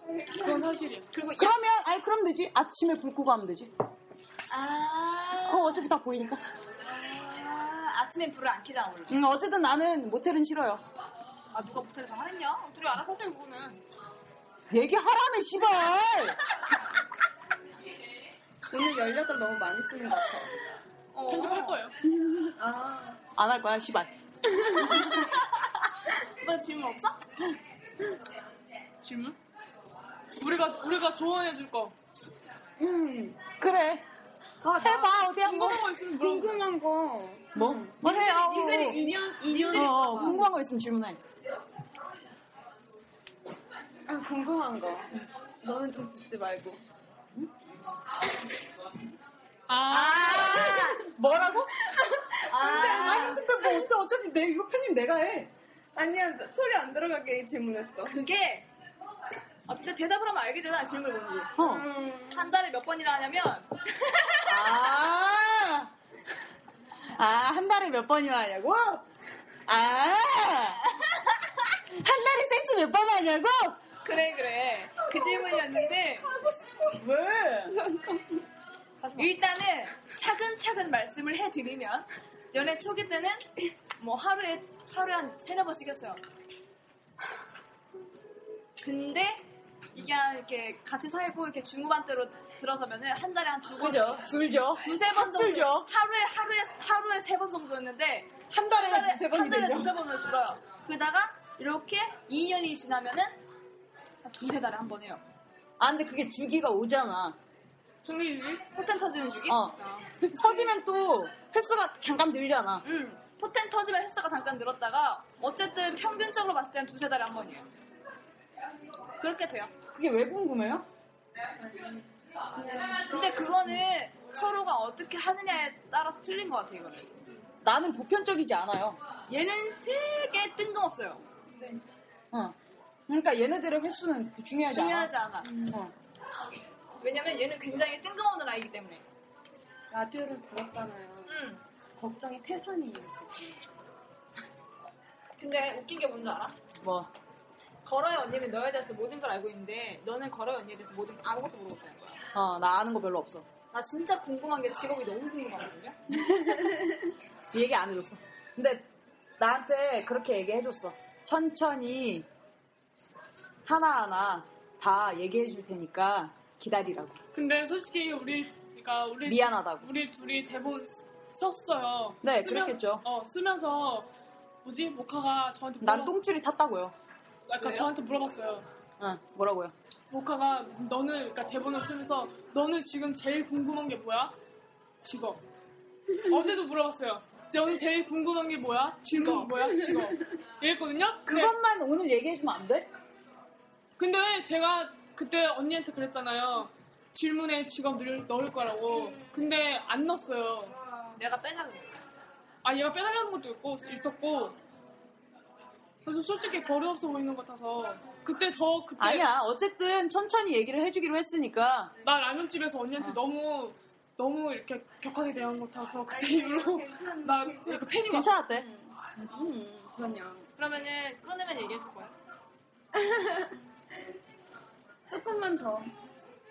S2: 그건
S1: 어.
S2: 사실이야.
S1: 그리고 이-
S3: 그러면 아니 그럼 되지. 아침에 불 끄고 하면 되지.
S1: 아,
S3: 어 어차피 다 보이니까.
S1: 아, 아침에 불을 안 켜잖아 원래.
S3: 음, 어쨌든 나는 모텔은 싫어요.
S1: 아 누가 모텔에서 하랬냐? 둘이 알아서 하세요 그거는.
S3: 얘기하라며, 씨발!
S5: 오늘 18 너무 많이 쓰는 것 같아요.
S1: 어.
S2: 편집할 거예요.
S3: 안 할 거야, 씨발.
S1: 너 질문 없어?
S2: 질문? 우리가 우리가 조언해 줄 거.
S3: 그래.
S5: 아,
S3: 해봐, 어디 한 번.
S2: 궁금한 거 있으면 물어봐.
S5: 궁금한 거.
S3: 뭐? 뭐 해요.
S5: 이글이 인연, 인연이
S3: 어, 어, 궁금한 거 있으면 질문해.
S5: 아, 궁금한 거. 너는 좀 듣지 말고.
S2: 아,
S3: 뭐라고?
S5: 근데, 아니, 근데 뭐, 어때, 어차피 내, 이거 편집 내가 해. 아니야, 나 소리 안 들어가게 질문했어.
S1: 그게 아, 근데 대답을 하면 알게 되나 질문 뭔지.
S3: 어.
S1: 한 달에 몇 번이나 하냐면 (laughs)
S3: 아, 아, 한 달에 몇 번이나 하냐고? 아, 한 달에 섹스 몇 번 하냐고?
S1: 그래 그래 그 질문이었는데
S3: 왜?
S1: 일단은 차근차근 말씀을 해드리면 연애 초기 때는 뭐 하루에 하루에 한 세네 번씩 했어요. 근데 이게 한 이렇게 같이 살고 이렇게 중후반대로 들어서면은 한 달에 한 두 번,
S3: 그죠? 줄죠?
S1: 두세 번 정도
S3: 줄죠?
S1: 하루에 하루에 하루에 세 번 정도였는데
S3: 한 달에 두세 번이
S1: 한 달에
S3: 되죠?
S1: 두세 번으로 줄어요. 그러다가 이렇게 2년이 지나면은 한 두세 달에 한 번 해요.
S3: 아, 근데 그게 주기가 오잖아.
S2: 승리지?
S1: 포텐 터지는 주기?
S3: 어. 터지면 또 횟수가 잠깐 늘잖아.
S1: 음, 포텐 터지면 횟수가 잠깐 늘었다가 어쨌든 평균적으로 봤을 때는 두세 달에 한 번이에요. 그렇게 돼요.
S3: 그게 왜 궁금해요?
S1: 근데 그거는 서로가 어떻게 하느냐에 따라서 틀린 것 같아요, 이거는.
S3: 나는 보편적이지 않아요.
S1: 얘는 되게 뜬금없어요.
S3: 어. 그러니까 얘네들의 횟수는 그 중요하지 않아.
S1: 중요하지 않아.
S3: 어.
S1: 왜냐면 얘는 굉장히 뜬금없는 아이기 때문에.
S5: 라디오를 들었잖아요.
S1: 음.
S5: 걱정이 태산이에요.
S1: 근데 웃긴 게 뭔지 알아?
S3: 뭐.
S1: 걸어요 언니는 너에 대해서 모든 걸 알고 있는데 너는 걸어요 언니에 대해서 모든 아무것도 모르겠다는 거야.
S3: 어, 나 아는 거 별로 없어.
S1: 나 진짜 궁금한 게 직업이 너무 궁금하거든요.
S3: 얘기 안 해줬어. 근데 나한테 그렇게 얘기해줬어. 천천히 하나하나 다 얘기해줄 테니까 기다리라고.
S2: 근데 솔직히 우리 그러니까 우리
S3: 미안하다고.
S2: 우리 둘이 대본 썼어요.
S3: 네, 그렇겠죠.
S2: 어 쓰면서 뭐지 모카가 저한테
S3: 난
S2: 물어봤-
S3: 똥줄이 탔다고요.
S2: 아까 저한테 물어봤어요.
S3: 응, 뭐라고요?
S2: 모카가 너는 그러니까 대본을 쓰면서 너는 지금 제일 궁금한 게 뭐야? (laughs) 직업. 어제도 물어봤어요. 너는 제일 궁금한 게 뭐야? 직업 뭐야? (laughs) 직업. 이랬거든요. 근데,
S3: 그것만 오늘 얘기해주면 안 돼?
S2: 근데 제가 그때 언니한테 그랬잖아요. 질문에 직업 늘 넣을 거라고. 근데 안 넣었어요.
S1: 내가 빼자 그랬어.
S2: 아 얘가 빼달라는 것도 있고 있었고. 그래서 솔직히 버릇 없어 보이는 것 같아서 그때 저 그때
S3: 아니야. 어쨌든 천천히 얘기를 해주기로 했으니까
S2: 나 라면집에서 언니한테 너무 너무 이렇게 격하게 대한 것 같아서 그때 이후로 (laughs) 나 이렇게 팬이 왔어.
S3: 괜찮았대.
S5: 음,
S1: 그러면은 끊으면 얘기해 줄 거야.
S5: (laughs) 조금만 더.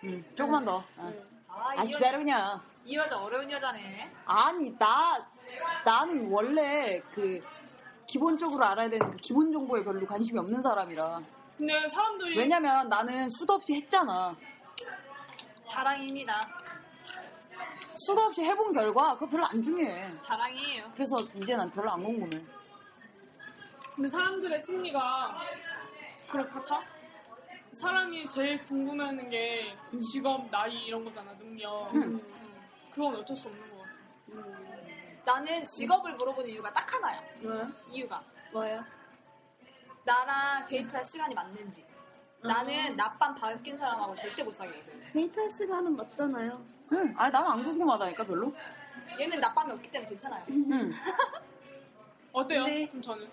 S3: 응, 조금만 더. 응.
S1: 아,
S3: 아니
S1: 이, 여,
S3: 기다려 그냥.
S1: 이 여자 어려운 여자네.
S3: 아니 나 나는 원래 그 기본적으로 알아야 되는 그 기본 정보에 별로 관심이 없는 사람이라.
S2: 근데 사람들이
S3: 왜냐면 나는 수도 없이 했잖아.
S1: 자랑입니다.
S3: 수도 없이 해본 결과 그거 별로 안 중요해.
S1: 자랑이에요.
S3: 그래서 이제 난 별로 안 궁금해.
S2: 근데 사람들의 심리가 그렇다. 사람이 제일 궁금해하는 게 직업, 나이 이런 거잖아, 능력. 음. 그건 어쩔 수 없는 것 같아.
S1: 나는 직업을 물어보는 이유가 딱 하나야. 이유가.
S5: 뭐예요?
S1: 나랑 데이트할 시간이 맞는지. 나는 낮밤 바뀐 사람하고 절대 못 사귀게 돼.
S5: 데이트할 시간은 맞잖아요.
S3: 응. 아니 나는 안 궁금하다니까 별로.
S1: 얘는 낮밤이 없기 때문에 괜찮아요.
S3: 응.
S2: 어때요?
S5: 네.
S2: 그럼 저는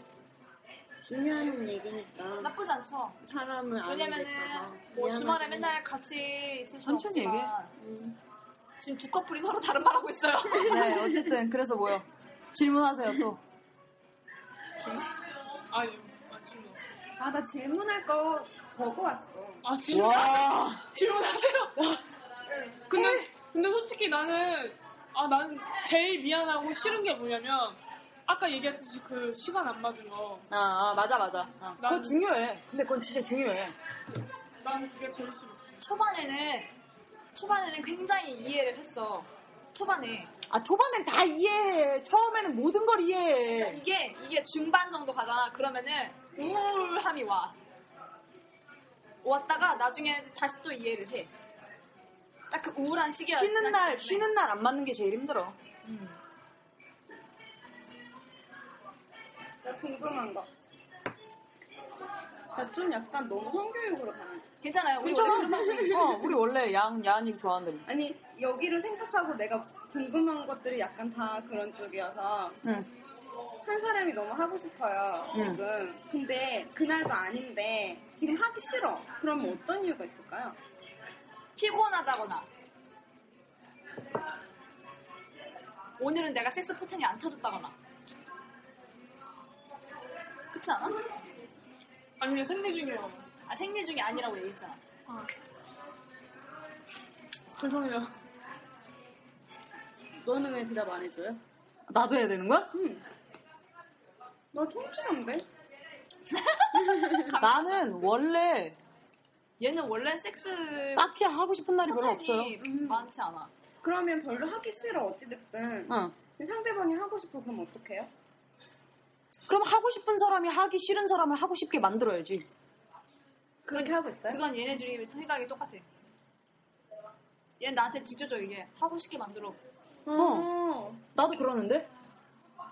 S5: 중요한 얘기니까.
S1: 나쁘지 않죠?
S5: 사람을 아는 데 있어서.
S1: 왜냐면은 뭐 주말에 맨날 같이 있을 수
S3: 천천히
S1: 없지만 지금 두 커플이 서로 다른 말 하고 있어요. (laughs)
S3: 네 어쨌든 그래서 뭐요. 질문하세요 또.
S2: 아니, 아 질문.
S5: 아, 나 질문할 거 적어왔어.
S2: 아 진짜?
S3: 와.
S2: (laughs) 질문하세요. 네. 근데 근데 솔직히 나는 아 나는 제일 미안하고 싫은 게 뭐냐면 아까 얘기했듯이 그 시간 안 맞은 거.
S3: 아, 아, 맞아 맞아. 아, 그거
S2: 나는-
S3: 중요해. 근데 그건 진짜 중요해.
S2: 나는 그게 제일 싫어.
S1: 초반에는 초반에는 굉장히 이해를 했어. 초반에
S3: 아 초반엔 다 이해해. 처음에는 모든 걸 이해해.
S1: 이게 이게 중반 정도 가잖아. 그러면은 우울함이 와. 왔다가 나중에 다시 또 이해를 해. 딱 그 우울한 시기야.
S3: 쉬는 날 쉬는 날 안 맞는 게 제일 힘들어.
S5: 나 궁금한 거. 나 좀 약간 너무 성교육으로 가는.
S1: 괜찮아요. 우리
S3: 괜찮아.
S1: 원래 그런
S3: (laughs)
S1: 방송이니까.
S3: 어, 우리 원래 양 야한 얘기 좋아하는데. 뭐.
S5: 아니 여기를 생각하고 내가 궁금한 것들이 약간 다 그런 쪽이어서
S3: 응.
S5: 한 사람이 너무 하고 싶어요
S3: 응.
S5: 지금. 근데 그날도 아닌데 지금 하기 싫어. 그러면 어떤 이유가 있을까요?
S1: 피곤하다거나 오늘은 내가 섹스 포텐이 안 터졌다거나 그렇지 않아?
S2: 아니면 생리 중이라고.
S1: 아, 생리 중이 아니라고 얘기했잖아.
S2: 죄송해요.
S5: 너는 왜 대답 안 해줘요?
S3: 나도 해야 되는 거야?
S5: 너 통증인데?
S3: (laughs) 나는 원래
S1: 얘는 원래 섹스
S3: 딱히 하고 싶은 날이 별로 없어요.
S1: 포텐이 많지 않아.
S5: 그러면 별로 하기 싫어 어찌됐든.
S3: 응.
S5: 근데 상대방이 하고 싶어 그럼 어떡해요?
S3: 그럼 하고 싶은 사람이 하기 싫은 사람을 하고 싶게 만들어야지.
S5: 그렇게 하고 있어요?
S1: 그건 얘네 둘이 생각이 똑같아. 얘는 나한테 직접적 이게 하고 싶게 만들어
S5: 어.
S3: 나도 그러는데.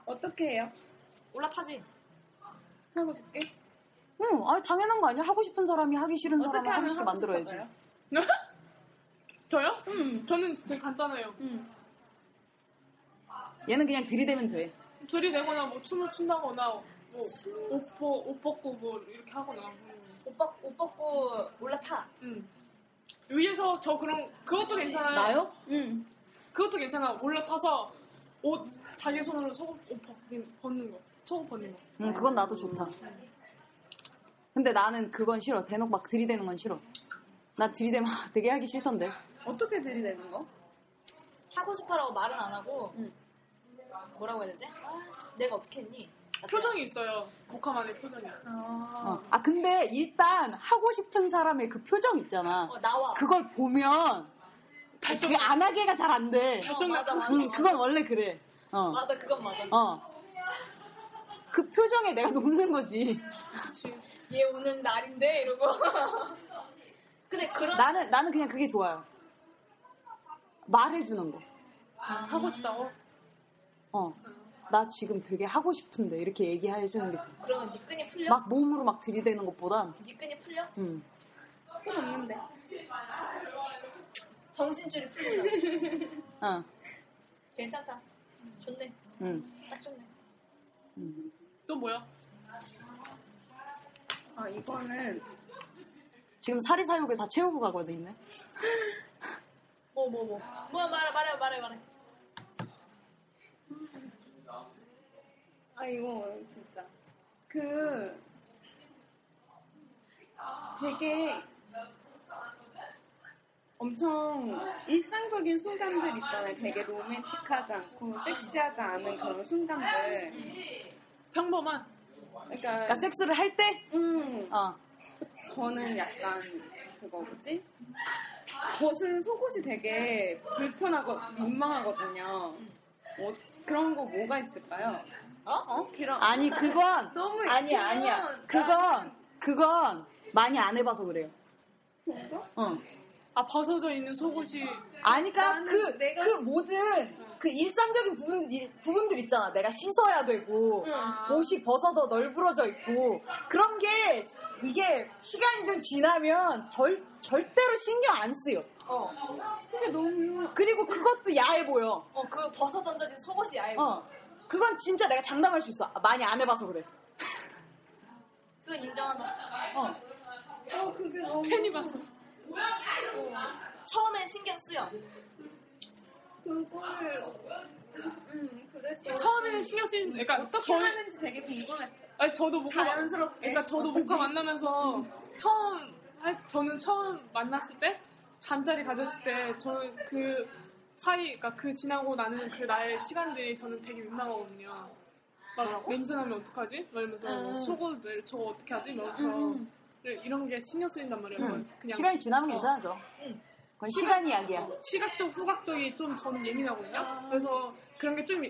S5: 어떻게 해요?
S1: 올라타지.
S5: 하고 싶게?
S3: 응, 아니 당연한 거 아니야? 하고 싶은 사람이 하기 싫은
S5: 어떻게
S3: 사람을 하고
S5: 하면
S3: 싶게
S5: 하고
S3: 만들어야지.
S5: 싶어요?
S2: 저요? 저는 제일 간단해요.
S3: 얘는 그냥 들이대면 돼.
S2: 둘이 되거나 뭐 춤을 춘다거나 뭐옷 옷 벗고 뭐 이렇게 하거나.
S1: 옷 벗- 옷 벗고 올라타.
S2: 응. 위에서 저 그런 그것도 괜찮아요.
S3: 나요?
S5: 응.
S2: 그것도 괜찮아. 올라타서 옷 자기 손으로 속옷 옷 벗- 벗는 거. 속옷 벗는 거.
S3: 응, 그건 나도 좋다. 근데 나는 그건 싫어. 대놓고 막 들이대는 건 싫어. 나 들이대면 (laughs) 되게 하기 싫던데.
S5: 어떻게 들이대는 거?
S1: 하고 싶어라고 말은 안 하고 뭐라고 해야 되지? 아, 내가 어떻게 했니? 나
S2: 표정이 있어요. 복화만의 표정이.
S3: 어. 아 근데 일단 하고 싶은 사람의 그 표정
S1: 그냥,
S3: 있잖아.
S1: 어, 나와.
S3: 그걸 보면 그게 안 하게가 잘 안 돼.
S1: 어, 맞아, 맞아.
S3: 응, 그건 원래 그래. 어.
S1: 맞아, 그건 맞아.
S3: 어. 그 표정에 내가 녹는 거지.
S1: 얘 오늘 날인데 이러고. 근데 그런
S3: 나는 나는 그냥 그게 좋아요. 말해주는 거.
S2: 하고 싶다고?
S3: 어. 나 지금 되게 하고 싶은데 이렇게 얘기해주는 게 좋아.
S1: 그러면 니 끈이 풀려?
S3: 막 몸으로 막 들이대는 것보단
S1: 니 끈이 풀려?
S3: 음.
S5: 끈 없는데.
S1: 정신줄이 풀려.
S3: 어.
S1: 괜찮다. 좋네.
S3: 음.
S1: 딱 좋네.
S3: 음.
S2: 또 뭐야?
S5: 아 이거는
S3: 지금 사리 사욕을 다 채우고 가거든 있네.
S1: 뭐 뭐 뭐. 뭐 말해 말해 말해 말해.
S5: 아 이거 진짜 그 되게 엄청 일상적인 순간들 있잖아요. 되게 로맨틱하지 않고 섹시하지 않은 그런 순간들.
S2: 평범한.
S5: 그러니까
S3: 그러니까 섹스를 할 때,
S5: 음
S3: 어.
S5: 저는 약간 그거 뭐지? 벗은 속옷이 되게 불편하고 민망하거든요. 어, 그런 거 뭐가 있을까요?
S1: 어? 어?
S5: 그런
S3: 아니 그건
S5: (laughs) 너무
S3: 아니야
S5: 그런-
S3: 아니야. 그건 그건 많이 안 해봐서 그래요. 어.
S2: 아 벗어져 있는 속옷이
S3: 아니까
S5: 나는
S3: 그,
S5: 내가-
S3: 그 모든 그 일상적인 부분들, 이- 부분들 있잖아. 내가 씻어야 되고, 옷이 벗어서 널브러져 있고, 그런 게 이게 시간이 좀 지나면 절, 절대로 신경 안 쓰여.
S1: 어.
S5: 그게 너무
S3: 그리고 그것도 야해 보여.
S1: 어, 그 벗어 던져진 속옷이 아예.
S3: 어. 그건 진짜 내가 장담할 수 있어. 아, 많이 안 해봐서 그래.
S1: 그건 인정한다.
S5: 어, 그게 너무
S2: 팬이 봤어.
S1: 처음엔 신경 쓰여.
S5: 그거를 음 그래서
S2: 처음에는 신경 쓰이는 그러니까
S5: 어떻게
S2: 저는-
S5: 하는지 되게 궁금했어.
S2: 아니 저도 목화
S5: 자연스럽게.
S2: 그러니까 저도 목화 만나면서 처음 할 저는 처음 만났을 때 잠자리 가졌을 때 저는 그 사이 그러니까 그 지나고 나는 그 나의 시간들이 저는 되게 민망하거든요. 막 냄새 나면 어떡하지? 막 이러면서
S3: 음.
S2: 속옷 왜 저거 어떻게 하지? 막 이러면서
S3: 음.
S2: 그래, 이런 게 신경 쓰인단 말이에요.
S3: 음.
S2: 그냥
S3: 시간이 지나면
S2: 어.
S3: 괜찮아져. 그건 시간 이야기야.
S2: 시각적 후각 쪽이 좀 저는 예민하거든요. 그래서 그런 게 좀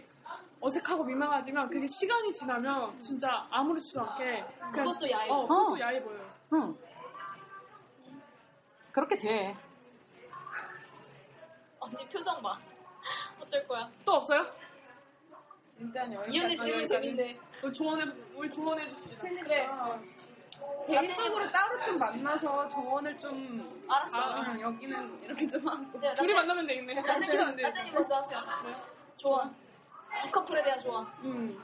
S2: 어색하고 민망하지만 그게 시간이 지나면 진짜 아무렇지도 않게 그냥-
S7: 그것도 야해.
S2: 어, 그것도
S3: 어.
S2: 야해 보여요.
S3: 응. 그렇게 돼.
S1: 언니 표정 봐. 어쩔 거야.
S2: 또 없어요?
S5: 일단 여기
S1: 이현이 질문
S2: 여기까지.
S1: 재밌네.
S2: 우리 조언해 우리 조언해 주시죠.
S5: 그래.
S1: 아,
S5: 개인적으로 따로 좀 만나서 조언을 좀
S1: 알았어.
S2: 아,
S5: 아, 여기는 이렇게 좀 하고
S1: 근데
S2: 둘이
S1: 라떼-
S2: 만나면 되겠네. 시간 안
S1: 라떼님,
S2: 돼.
S1: 라떼님 먼저 하세요. 조언. 이 커플에 대한 조언.
S2: 음.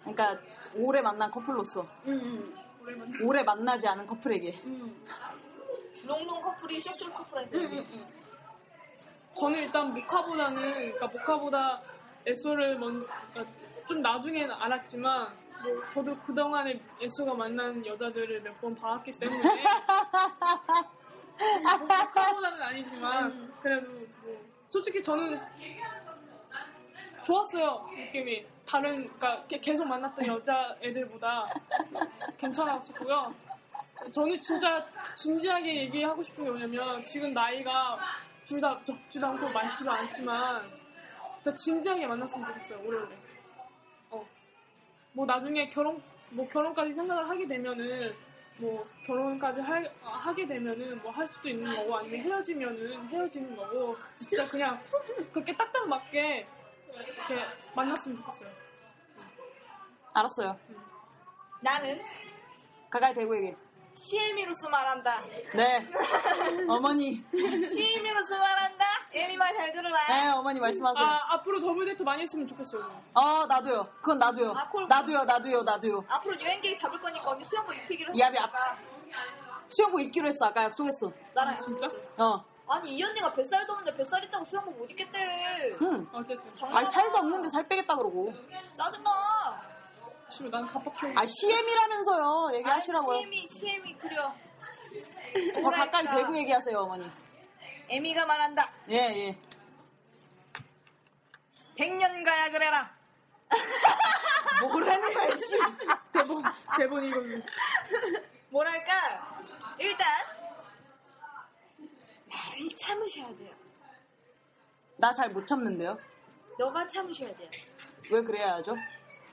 S3: 그러니까 오래 만난 커플로서
S2: 오래 만나.
S3: 오래 만나지 않은 커플에게
S1: 롱롱 커플이 숏숏 커플한테.
S2: 저는 일단 모카보다는 그러니까 모카보다 에소를 먼, 그러니까 좀 나중엔 알았지만 뭐 저도 그동안에 에소가 만난 여자들을 몇 번 봐왔기 때문에 뭐 모카보다는 아니지만 그래도 뭐 솔직히 저는 좋았어요 느낌이 다른 그러니까 게- 계속 만났던 여자 애들보다 괜찮았었고요 저는 진짜 진지하게 얘기하고 싶은 게 뭐냐면 지금 나이가 둘 다 적지도 않고 많지도 않지만 진짜 진지하게 만났으면 좋겠어요 오래오래 어뭐 나중에 결혼 뭐 결혼까지 생각을 하게 되면은 뭐 결혼까지 할, 아, 하게 되면은 뭐 할 수도 있는 거고 아니면 헤어지면은 헤어지는 거고 진짜 그냥 그렇게 딱딱 맞게 이렇게 만났으면 좋겠어요
S3: 알았어요.
S1: 나는
S3: 가까이 대고 얘기.
S1: CM이로서 말한다.
S3: 네. 어머니.
S1: CM이로서 말한다. 예미 말 잘 들어라.
S3: 네, 어머니 말씀하세요.
S2: 아 앞으로 더블 데이트 많이 했으면 좋겠어요
S3: 어, 나도요. 그건 나도요.
S1: 아, 콜.
S3: 나도요, 나도요, 나도요.
S1: 앞으로 여행 계획 잡을 거니까 언니 수영복 입히기로
S3: 야, 야.
S1: 했으니까
S3: 수영복 입기로 했어. 아까 약속했어.
S1: 나랑
S2: 진짜?
S1: 약속했어.
S3: 어.
S1: 아니 이 언니가 뱃살이 없는데 뱃살 있다고 수영복 못 입겠대.
S3: 응.
S2: 어쨌든
S1: 정말
S3: 아니, 살도 없는데 살 빼겠다 그러고.
S1: 짜증나.
S2: 지금 난 갑박형
S3: 아, CM이라면서요. 얘기하시라고요.
S1: CM이 CM이 그려.
S3: 더 가까이 대고 얘기하세요, 어머니.
S1: 예미가 말한다.
S3: 예, 예.
S1: 백년 가야 그래라.
S3: 뭐라는 거야, 씨.
S2: 대본 대본 이걸로
S1: 뭐랄까 일단 많이 참으셔야 돼요.
S3: 나 잘 못 참는데요.
S1: 너가 참으셔야 돼요.
S3: 왜 그래야 하죠?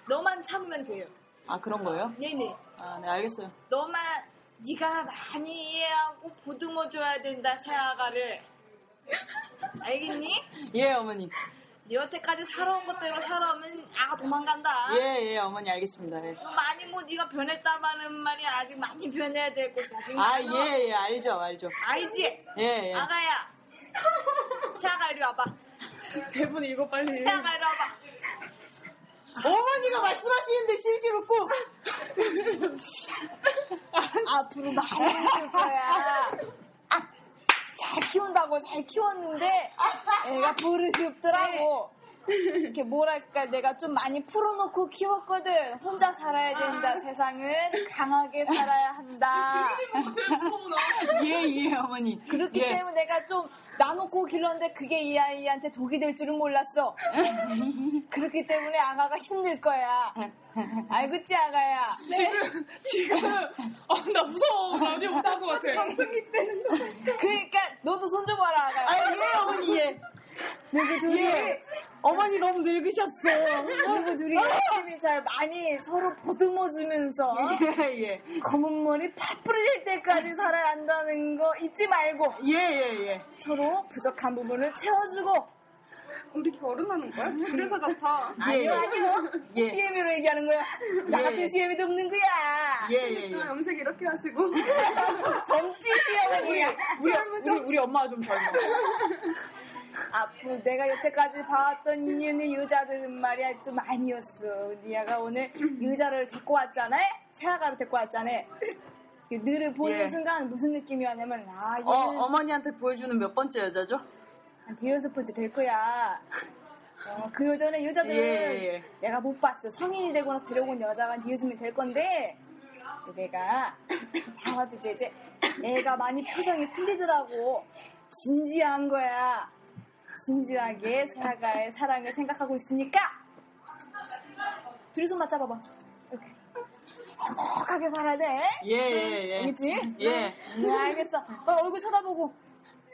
S1: 너만 참으면 돼요.
S3: 아, 그런 거예요?
S1: 네네.
S3: 아, 네, 알겠어요.
S1: 너만 네가 많이 이해하고 보듬어 줘야 된다 새아가를. 알겠니?
S3: 예, 어머니.
S1: 네 여태까지 살아온 것대로 살아오면 아가 도망간다.
S3: 예, 예, 어머니, 알겠습니다. 예.
S1: 많이 뭐 네가 변했다마는 말이 아직 많이 변해야 될 것이 아직
S3: 아,
S1: 많아.
S3: 예, 예, 알죠, 알죠.
S1: 알지?
S3: 예, 예.
S1: 아가야. 새아가 이리 와봐.
S2: 대본 읽어 빨리
S1: 새아가 이리 와봐.
S3: 어머니가 말씀하시는데 실질 웃고.
S1: 아,
S3: 앞으로 말.
S1: 키울 거야. 아, 잘 키운다고 잘 키웠는데 애가 버릇이 없더라고. 이렇게 뭐랄까 내가 좀 많이 풀어놓고 키웠거든. 혼자 살아야 된다. 세상은 강하게 살아야 한다.
S3: 예, 예, 어머니.
S1: 그렇기
S3: 예.
S1: 때문에 내가 좀 나놓고 길렀는데 그게 이 아이한테 독이 될 줄은 몰랐어. 그렇기 때문에 아가가 힘들 거야. 알겠지 아가야.
S2: 지금 지금 아 나 무서워 라디오 못할 것 같아
S1: 그러니까 너도 손 좀 봐라 아가야.
S3: 아, 예, 어머니, 예. 늙은 둘이. 예. 어머니 너무 늙으셨어.
S1: 그리고 둘이 열심히 잘 많이 서로 보듬어주면서
S3: 예, 예.
S1: 검은 머리 다 뿌릴 때까지 살아야 한다는 거 잊지 말고
S3: 예, 예, 예.
S1: 서로 부족한 부분을 채워주고
S5: 우리 결혼하는 거야? 그래서 같아.
S3: 예,
S1: 아니요 아니요
S3: 예.
S1: CM으로 얘기하는 거야 나
S3: 예.
S1: 같은 CM이 없는 거야
S3: 예, 예, 예.
S5: 염색 이렇게 하시고
S3: (laughs)
S1: 점지 CM은
S3: 우리,
S1: 그냥
S3: 우리, 우리, 우리 엄마가 좀 젊어.
S1: 앞으로 내가 여태까지 봐왔던 인연의 여자들은 말이야 좀 아니었어 니아가
S3: (clears throat)
S1: 오늘 여자를 데리고 왔잖아 세아가를 데리고 왔잖아 너를 보는
S3: 예.
S1: 순간 무슨 느낌이 왔냐면 아
S3: 어,
S1: 얘는
S3: 어머니한테 보여주는 몇 번째 여자죠?
S1: 한 대여섯 번째 될 거야. 어, 그 여전에 여자들은
S3: 예, 예.
S1: 내가 못 봤어. 성인이 되고 나서 데려온 여자가 네 대여섯 명될 건데 내가 (coughs) 봐도 이제, 이제 애가 많이 표정이 틀리더라고. 진지한 거야. 진지하게 사가의 사랑을 생각하고 있으니까
S8: 둘이 손 맞잡아봐. 이렇게. 행복하게 살아야 돼.
S3: 예,
S1: 네,
S3: 예, 예.
S8: 알겠지?
S3: 예.
S8: 네, 알겠어. 빨리 얼굴 쳐다보고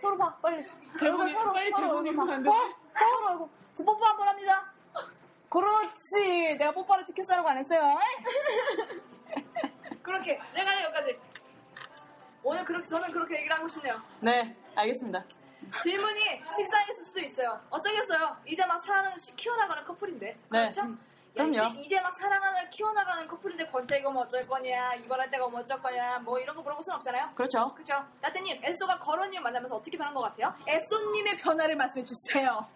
S8: 서로 봐, 빨리. 얼굴
S2: 대본이-
S8: 서로,
S2: 빨리
S8: 서로
S2: 대본이
S8: 얼굴 봐.
S2: 보면 안
S8: 어? 서로 얼굴. 저 뽀뽀 한 번 합니다. 그렇지. 내가 뽀뽀를 지켰어라고 안 했어요.
S1: (laughs) 그렇게 내가 여기까지. 오늘 그렇게 저는 그렇게 얘기를 하고 싶네요.
S3: 네, 알겠습니다.
S1: 질문이 식상했을 수도 있어요. 어쩌겠어요. 이제 막 사랑을 시- 키워나가는 커플인데.
S3: 네.
S1: 그렇죠? 야,
S3: 그럼요.
S1: 이제, 이제 막 사랑하는 키워나가는 커플인데 권태이가 뭐 어쩔 거냐, 이별할 때가 뭐 어쩔 거냐, 뭐 이런 거 물어볼 순 없잖아요.
S3: 그렇죠.
S1: 그렇죠. 라떼님, 에쏘가 거론님 만나면서 어떻게 변한 것 같아요? 에쏘님의 변화를 말씀해 주세요.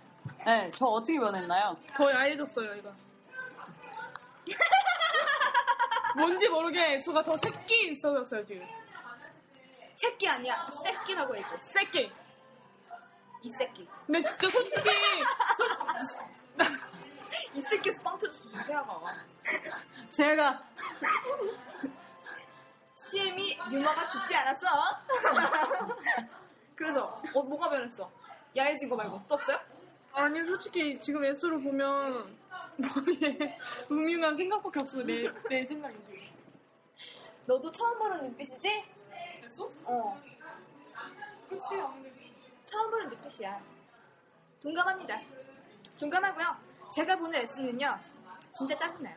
S3: 네, 저 어떻게 변했나요?
S2: 더 야해졌어요, 이거. 뭔지 모르게 애초가 더 새끼 있어졌어요, 지금.
S1: 새끼 아니야, 새끼라고 해줘.
S2: 새끼.
S1: 이 새끼.
S2: 근데 진짜 솔직히, 솔-
S1: 이 새끼에서 빵 터졌어, 누구야?
S3: 새가
S1: CM이 유머가 죽지 않았어. (laughs) 그래서 어, 뭐가 변했어? 야해진 거 말고 또 없어요?
S2: 아니, 솔직히 지금 애초를 보면 머리에 음흉한 생각밖에 없어, 내, 내 생각이 지금.
S1: 너도 처음 보는 눈빛이지? 어.
S2: 그치, 아무래도.
S1: 처음 보는 눈빛이야. 동감합니다. 동감하고요. 제가 보는 S는요. 진짜 짜증나요.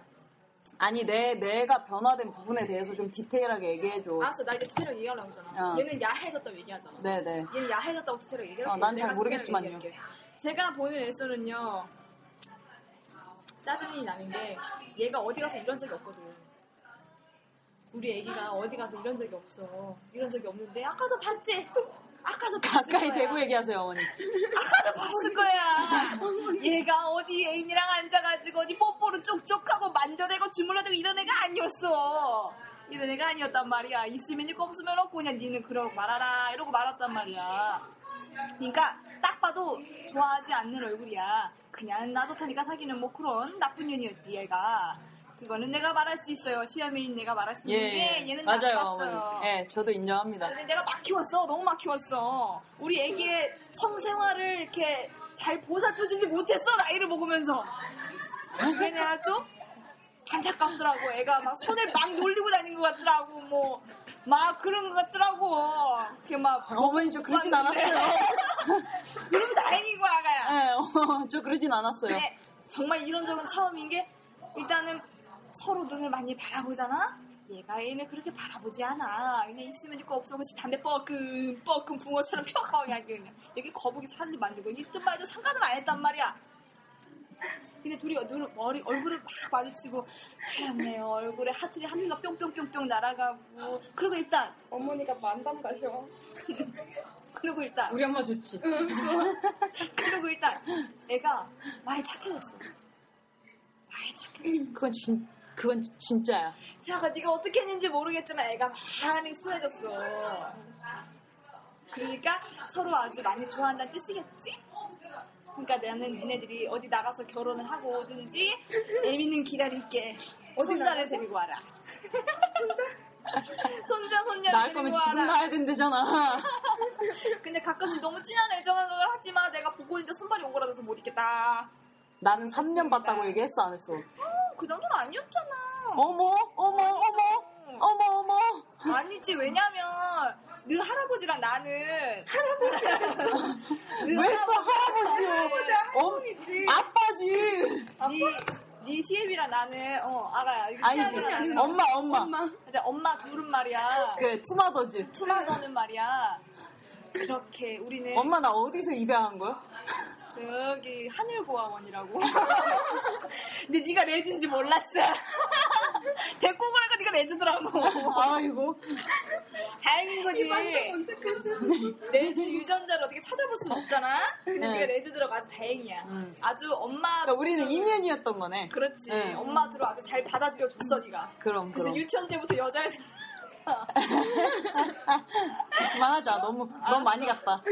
S3: 아니 내 내가 변화된 부분에 대해서 좀 디테일하게 얘기해 줘.
S1: 알았어. 나 이제 디테일하게 얘기하려고 하잖아.
S3: 어.
S1: 얘는 야해졌다고 얘기하잖아.
S3: 네, 네.
S1: 얘는 야해졌다고 디테일하게 얘기하고
S3: 어, 난잘 모르겠지만요.
S1: 제가 보는 S는요. 짜증이 나는 게 얘가 어디 가서 이런 적이 없거든. 우리 애기가 어디 가서 이런 적이 없어. 이런 적이 없는데 아까도 봤지? 아까도 봤을
S3: 가까이
S1: 거야.
S3: 대고 얘기하세요, 어머니.
S1: 봤을 거야. 얘가 어디 애인이랑 앉아가지고 어디 뽀뽀를 쪽쪽하고 만져대고 주물러대고 이런 애가 아니었어. 이런 애가 아니었단 말이야. 있으면 있고 없으면 없고 그냥 니는 그러고 말아라 이러고 말았단 말이야. 그러니까 딱 봐도 좋아하지 않는 얼굴이야. 그냥 나 좋다니까 사귀는 뭐 그런 나쁜 년이었지 얘가. 그거는 내가 말할 수 있어요. 시험에인 내가 말할 수 있는 게 예, 얘는
S3: 예, 맞아요,
S1: 나빴어요. 네.
S3: 어머니. 예, 저도 인정합니다.
S1: 근데 내가 막 키웠어. 너무 막 키웠어. 우리 애기의 성생활을 이렇게 잘 보살펴주지 못했어. 나이를 먹으면서. 그게 내가 좀 안타깝더라고. 애가 막 손을 막 놀리고 다니는 것 같더라고. 뭐, 막 그런 것 같더라고. 그게 막.
S3: 어머니 저 그러진 않았어요.
S1: (laughs) 그럼 다행인 거야, 아가야.
S3: 예, 어, 저 그러진 않았어요.
S1: 근데 정말 이런 적은 처음인 게 일단은 서로 눈을 많이 바라보잖아. 얘가 얘는 그렇게 바라보지 않아. 그냥 있으면 있고 없으면 그렇지 담배 뻐끔 뻐끔 붕어처럼 펴가 그냥 아주 그냥 여기 거북이 살을 만들고 이뜻 말도 상관을 안 했단 말이야. 근데 둘이 눈을 머리 얼굴을 막 마주치고 사랑해요 얼굴에 하트리 하트가 뿅뿅뿅뿅 날아가고 그리고 일단
S5: 어머니가 만담 가셔.
S1: (laughs) 그리고 일단
S3: 우리 엄마 좋지.
S1: 그리고 일단 애가 많이 착해졌어. 많이 착해졌어.
S3: 그건 진 그건 진짜야.
S1: 세아가 네가 어떻게 했는지 모르겠지만 애가 많이 순해졌어. 그러니까 서로 아주 많이 좋아한다는 뜻이겠지? 그러니까 나는 니네들이 어디 나가서 결혼을 하고 오든지 애미는 기다릴게. 손자를 데리고 와라. (laughs) 손자? 손자 손녀를
S3: 낳을
S1: 데리고
S3: 거면
S1: 와라.
S3: 지금 낳아야 된대잖아.
S1: 근데 가끔씩 너무 진한 애정을 하지마. 내가 보고 있는데 손발이 오그라져서 못 있겠다.
S3: 나는 3년 봤다고 얘기했어, 안 했어?
S1: 그 정도는 아니었잖아.
S3: 어머, 어머, 어머, 어머, 어머.
S1: 아니지 왜냐면 너 할아버지랑 나는 그
S3: 왜 또 할아버지야? 어, 아빠지.
S1: 네네 시애비랑 나는 어 알아요 이거
S3: 아니지.
S1: 시애비랑 나는
S3: 엄마, 엄마.
S1: 이제 엄마 둘은 말이야
S3: 그 투마더즈.
S1: 투마더는 말이야 그렇게 우리는
S3: 엄마 나 어디서 입양한 거야?
S1: 저기
S3: (laughs)
S1: 하늘고아원이라고 근데 네가 레즈인지 몰랐어 데리고 오니까 네가 레즈더라고 예.
S3: 아이고.
S1: 다행인 거지
S5: 언제까지?
S1: 레즈 그
S3: 그러니까
S1: 유전자를 어떻게 찾아볼 수는 없잖아 근데
S3: 네.
S1: 네가 레즈 들어가서 다행이야
S3: 음.
S1: 아주 엄마
S3: 그러니까 우리는 인연이었던 거네.
S1: 그렇지.
S3: 네.
S1: 엄마 들어 아주 잘 받아들여 줬어 니가.
S3: 그럼
S1: 그래서
S3: 그럼.
S1: 유치원 때부터 여자애들.
S3: 그만하자. 너무 너무 많이 갔다.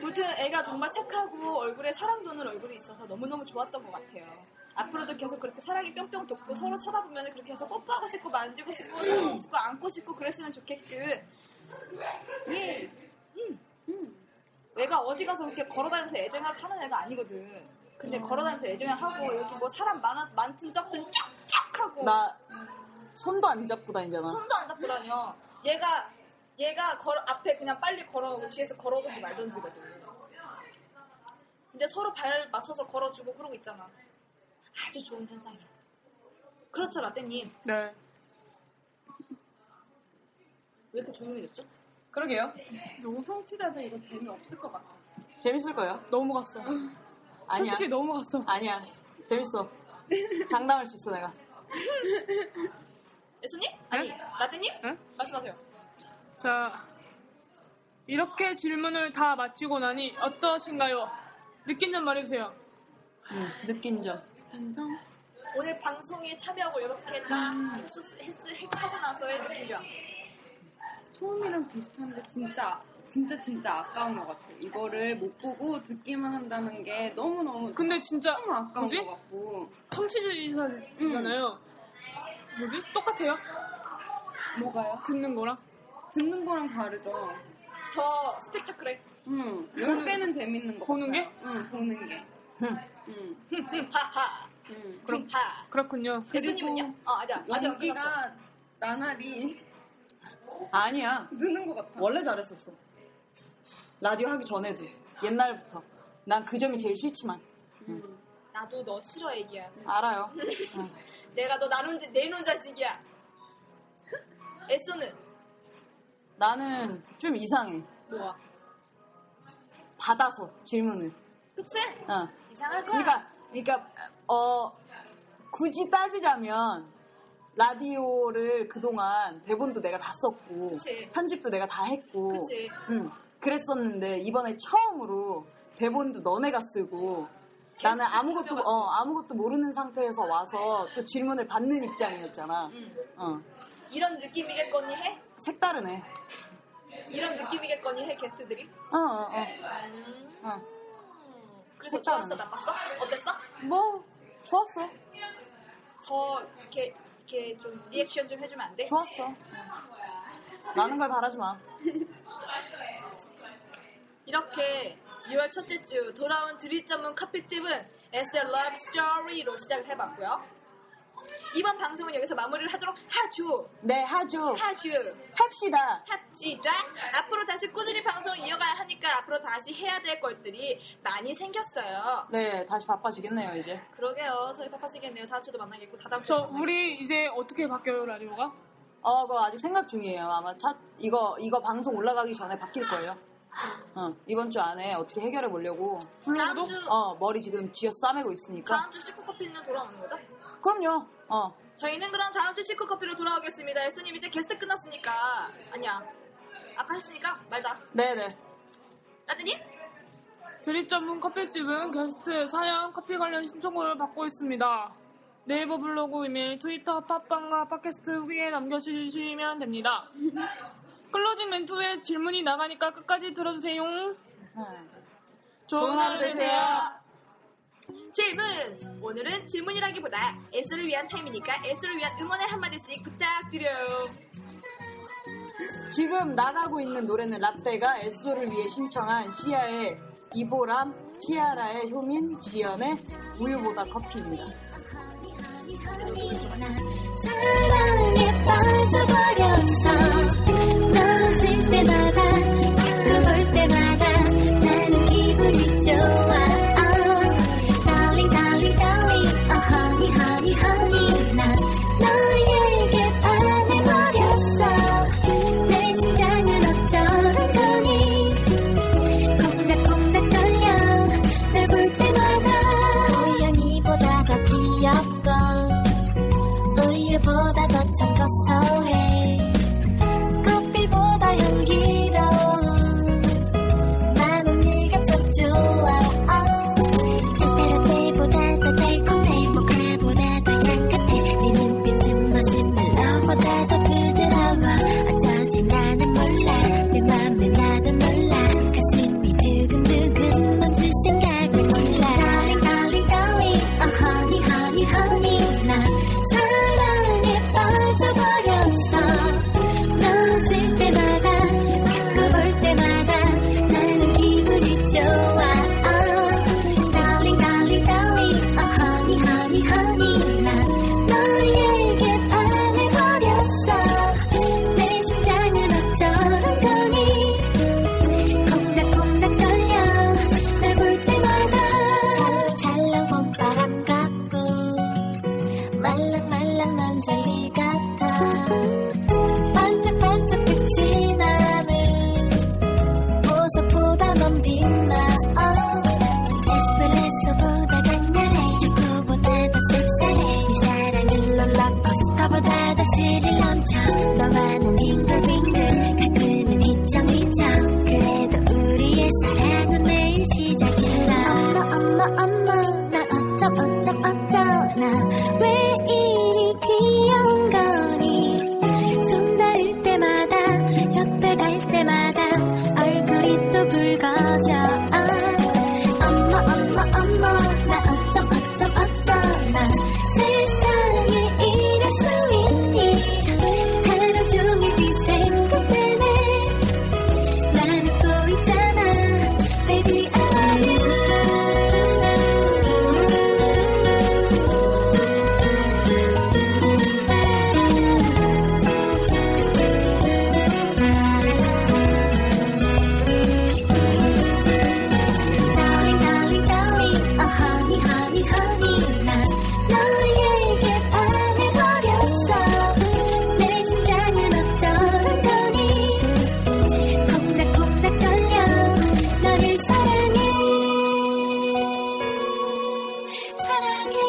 S1: 무튼 애가 정말 착하고 얼굴에 사랑 도는 얼굴이 있어서 너무너무 좋았던 것 같아요. 앞으로도 계속 그렇게 사랑이 뿅뿅 돋고 서로 쳐다보면 그렇게 계속 뽀뽀하고 싶고 만지고 싶고 사랑하고 싶고 안고 싶고 그랬으면 좋겠군. 예. 음. 음. 애가 어디 가서 그렇게 걸어다니면서 애정을 하는 애가 아니거든. 근데 걸어다니면서 예전에 하고 이렇게 뭐 사람 많아, 많든 적든 쫙쫙 하고
S3: 나 손도 안 잡고 다니잖아.
S1: 손도 안 잡고 다녀. 얘가 얘가 걸 앞에 그냥 빨리 걸어오고 뒤에서 걸어오든지 말든지거든. 근데 서로 발 맞춰서 걸어주고 그러고 있잖아. 아주 좋은 현상이야. 그렇죠 라떼님.
S2: 네.
S1: 왜 이렇게 조용해졌죠?
S3: 그러게요.
S2: 너무 성취자들 이거 재미없을 것 같아.
S3: 재밌을 거예요.
S2: 넘어갔어.
S3: 아니야.
S2: 솔직히 넘어갔어.
S3: 아니야. 재밌어. 장담할 수 있어 내가.
S1: 예수님? 아니 라떼님?
S2: 응?
S1: 말씀하세요.
S2: 자, 이렇게 질문을 다 마치고 나니 어떠신가요? 느낀 점 말해주세요.
S3: 응, 느낀 점.
S2: 인정.
S1: 오늘 방송에 참여하고 이렇게 딱 했었- 했- 했- 하고 나서의 느낌이야.
S5: 처음이랑 비슷한데 진짜 진짜 진짜 아까운 것 같아요. 이거를 못 보고 듣기만 한다는 게 너무 너무
S2: 근데 진짜
S5: 너무 아까운
S2: 뭐지?
S5: 것 같고
S2: 청취자잖아요. 뭐지? 똑같아요?
S5: 뭐가요?
S2: 듣는 거랑?
S5: 듣는 거랑 다르죠.
S1: 더 스펙타클해.
S5: 응, 열 배는 재밌는 거 네.
S2: 보는
S5: 같아요. 응, 보는 게. 응,
S1: 하하.
S5: 응.
S2: 그럼
S1: 하.
S2: 그렇군요.
S1: 예수님은요? 아 아니야. 아직 안 끝났어.
S5: 연기가 나날이
S3: 아니야.
S5: 느는 것 같아.
S3: 원래 잘했었어. 라디오 하기 전에도 옛날부터. 난 그 점이 제일 싫지만
S1: 나도 너 싫어 애기야.
S3: 알아요.
S1: 내가 너 나눈 내놓은 자식이야. (laughs) 애써는
S3: 나는 좀 이상해.
S1: 뭐야?
S3: 받아서 질문을.
S1: 그치?
S3: 어.
S1: 이상할 거야.
S3: 그러니까 그러니까 어 굳이 따지자면 라디오를 그동안 대본도 내가 다 썼고
S1: 그치.
S3: 편집도 내가 다 했고
S1: 그치.
S3: 응, 그랬었는데 이번에 처음으로 대본도 너네가 쓰고 나는 아무것도 어, 아무것도 모르는 상태에서 와서 또 질문을 받는 입장이었잖아.
S1: 응.
S3: 어,
S1: 음, 이런 느낌이겠거니 해?
S3: 색다르네.
S1: 이런 느낌이겠거니 해 게스트들이?
S3: 어, 어, 어,
S1: 음.
S3: 어.
S1: 그래서
S3: 색다르네.
S1: 좋았어 나빴어? 어땠어?
S3: 뭐 좋았어,
S1: 더 이렇게 이렇게 좀 리액션 좀 해주면 안 돼?
S3: 좋았어. 많은 걸 바라지 마.
S1: 이렇게 6월 첫째 주 돌아온 드립 전문 커피집은 SL Love Story로 시작을 해봤고요. 이번 방송은 여기서 마무리를 하도록 하죠.
S3: 네 하죠.
S1: 하죠.
S3: 합시다.
S1: 합지다. 앞으로 다시 꾸준히 방송을 이어가야 하니까 앞으로 다시 해야 될 것들이 많이 생겼어요.
S3: 네, 다시 바빠지겠네요, 이제.
S1: 그러게요. 저희 바빠지겠네요. 다음 주도 만나겠고 다다음 주도
S2: 저
S1: 만나겠고.
S2: 우리 이제 어떻게 바뀌어요 라디오가?
S3: 어, 그거 아직 생각 중이에요. 아마 차, 이거, 이거 방송 올라가기 전에 바뀔 거예요. 어, 이번 주 안에 어떻게 해결해 보려고.
S1: 다음
S2: 블로그도?
S1: 주
S3: 어, 머리 지금 쥐어 싸매고 있으니까.
S1: 다음 주 시크 커피는 돌아오는 거죠?
S3: 그럼요. 어,
S1: 저희는 그럼 다음 주 시크 커피로 돌아오겠습니다. 예수님 이제 게스트 끝났으니까 아니야. 아까 했으니까 말자.
S3: 네네.
S1: 라드님?
S2: 드립 전문 커피집은 게스트 사연 커피 관련 신청을 받고 있습니다. 네이버 블로그 이메일 트위터 팟빵과 팟캐스트 후기에 남겨주시면 됩니다. 클로징 멘트 후에 질문이 나가니까 끝까지 들어주세요.
S3: 음.
S2: 네. 좋은 하루 되세요.
S1: 질문! 오늘은 질문이라기보다 애쓰를 위한 타임이니까 애쓰를 위한 응원의 한마디씩 부탁드려요.
S3: 지금 나가고 있는 노래는 라떼가 에소를 위해 신청한 시아의 이보람, 티아라의 효민, 지연의 우유보다 커피입니다.
S9: 사랑에 빠져버렸어 너쓸 때마다 자꾸 볼 때마다 나는 기분이 좋아 Oh darling darling darling Oh honey honey honey 난 너에게 반해버렸어 내 심장은 어쩌란 거니 콩닥콩닥 떨려 날 볼 때마다 우연히보다 더 귀엽고 우유보다 더 청거소해 커피보다 연기로운 난 언니가 참 좋아 라떼라떼보다 어. 더 달콤해 모카보다 더 향긋해 네 눈빛은 멋진 멜로보다 더 부드러워 어쩐지 나는 몰라 내 맘에 나도 몰라 가슴이 두근두근 멈출 생각을 몰라 Darling darling 어, darling Oh honey honey honey 난 사랑에 빠져버렸어 어, 전리 같아 반짝반짝 빛이 나는 보석보다 넌 빛나 에스프레소보다 강렬해 초코보다 더 씁쓸해 네 사랑은 롤러코스터보다 더 스릴 넘쳐 너와 난 빙글빙글 가끔은 휘청휘청 그래도 우리의 사랑은 매일 시작일라 엄마 엄마 엄마 나 어쩜 어쩜 어쩜 나 왜 이리 귀여운 거니 손 닿을 때마다 옆에 갈 때마다 얼굴이 또 붉어져 아, 엄마 엄마 엄마 나 어쩜 어쩜 어쩜 나 세상에 이럴 수 있니 하루 종일 네 생각 때문에 나는 또 있잖아 baby I love Darling, darling, darling, oh honey, honey, honey, 난 너에게 반해버렸어. 내 심장은 어쩌는 거니? 콩닥콩닥 떨려 너를 사랑해 사랑해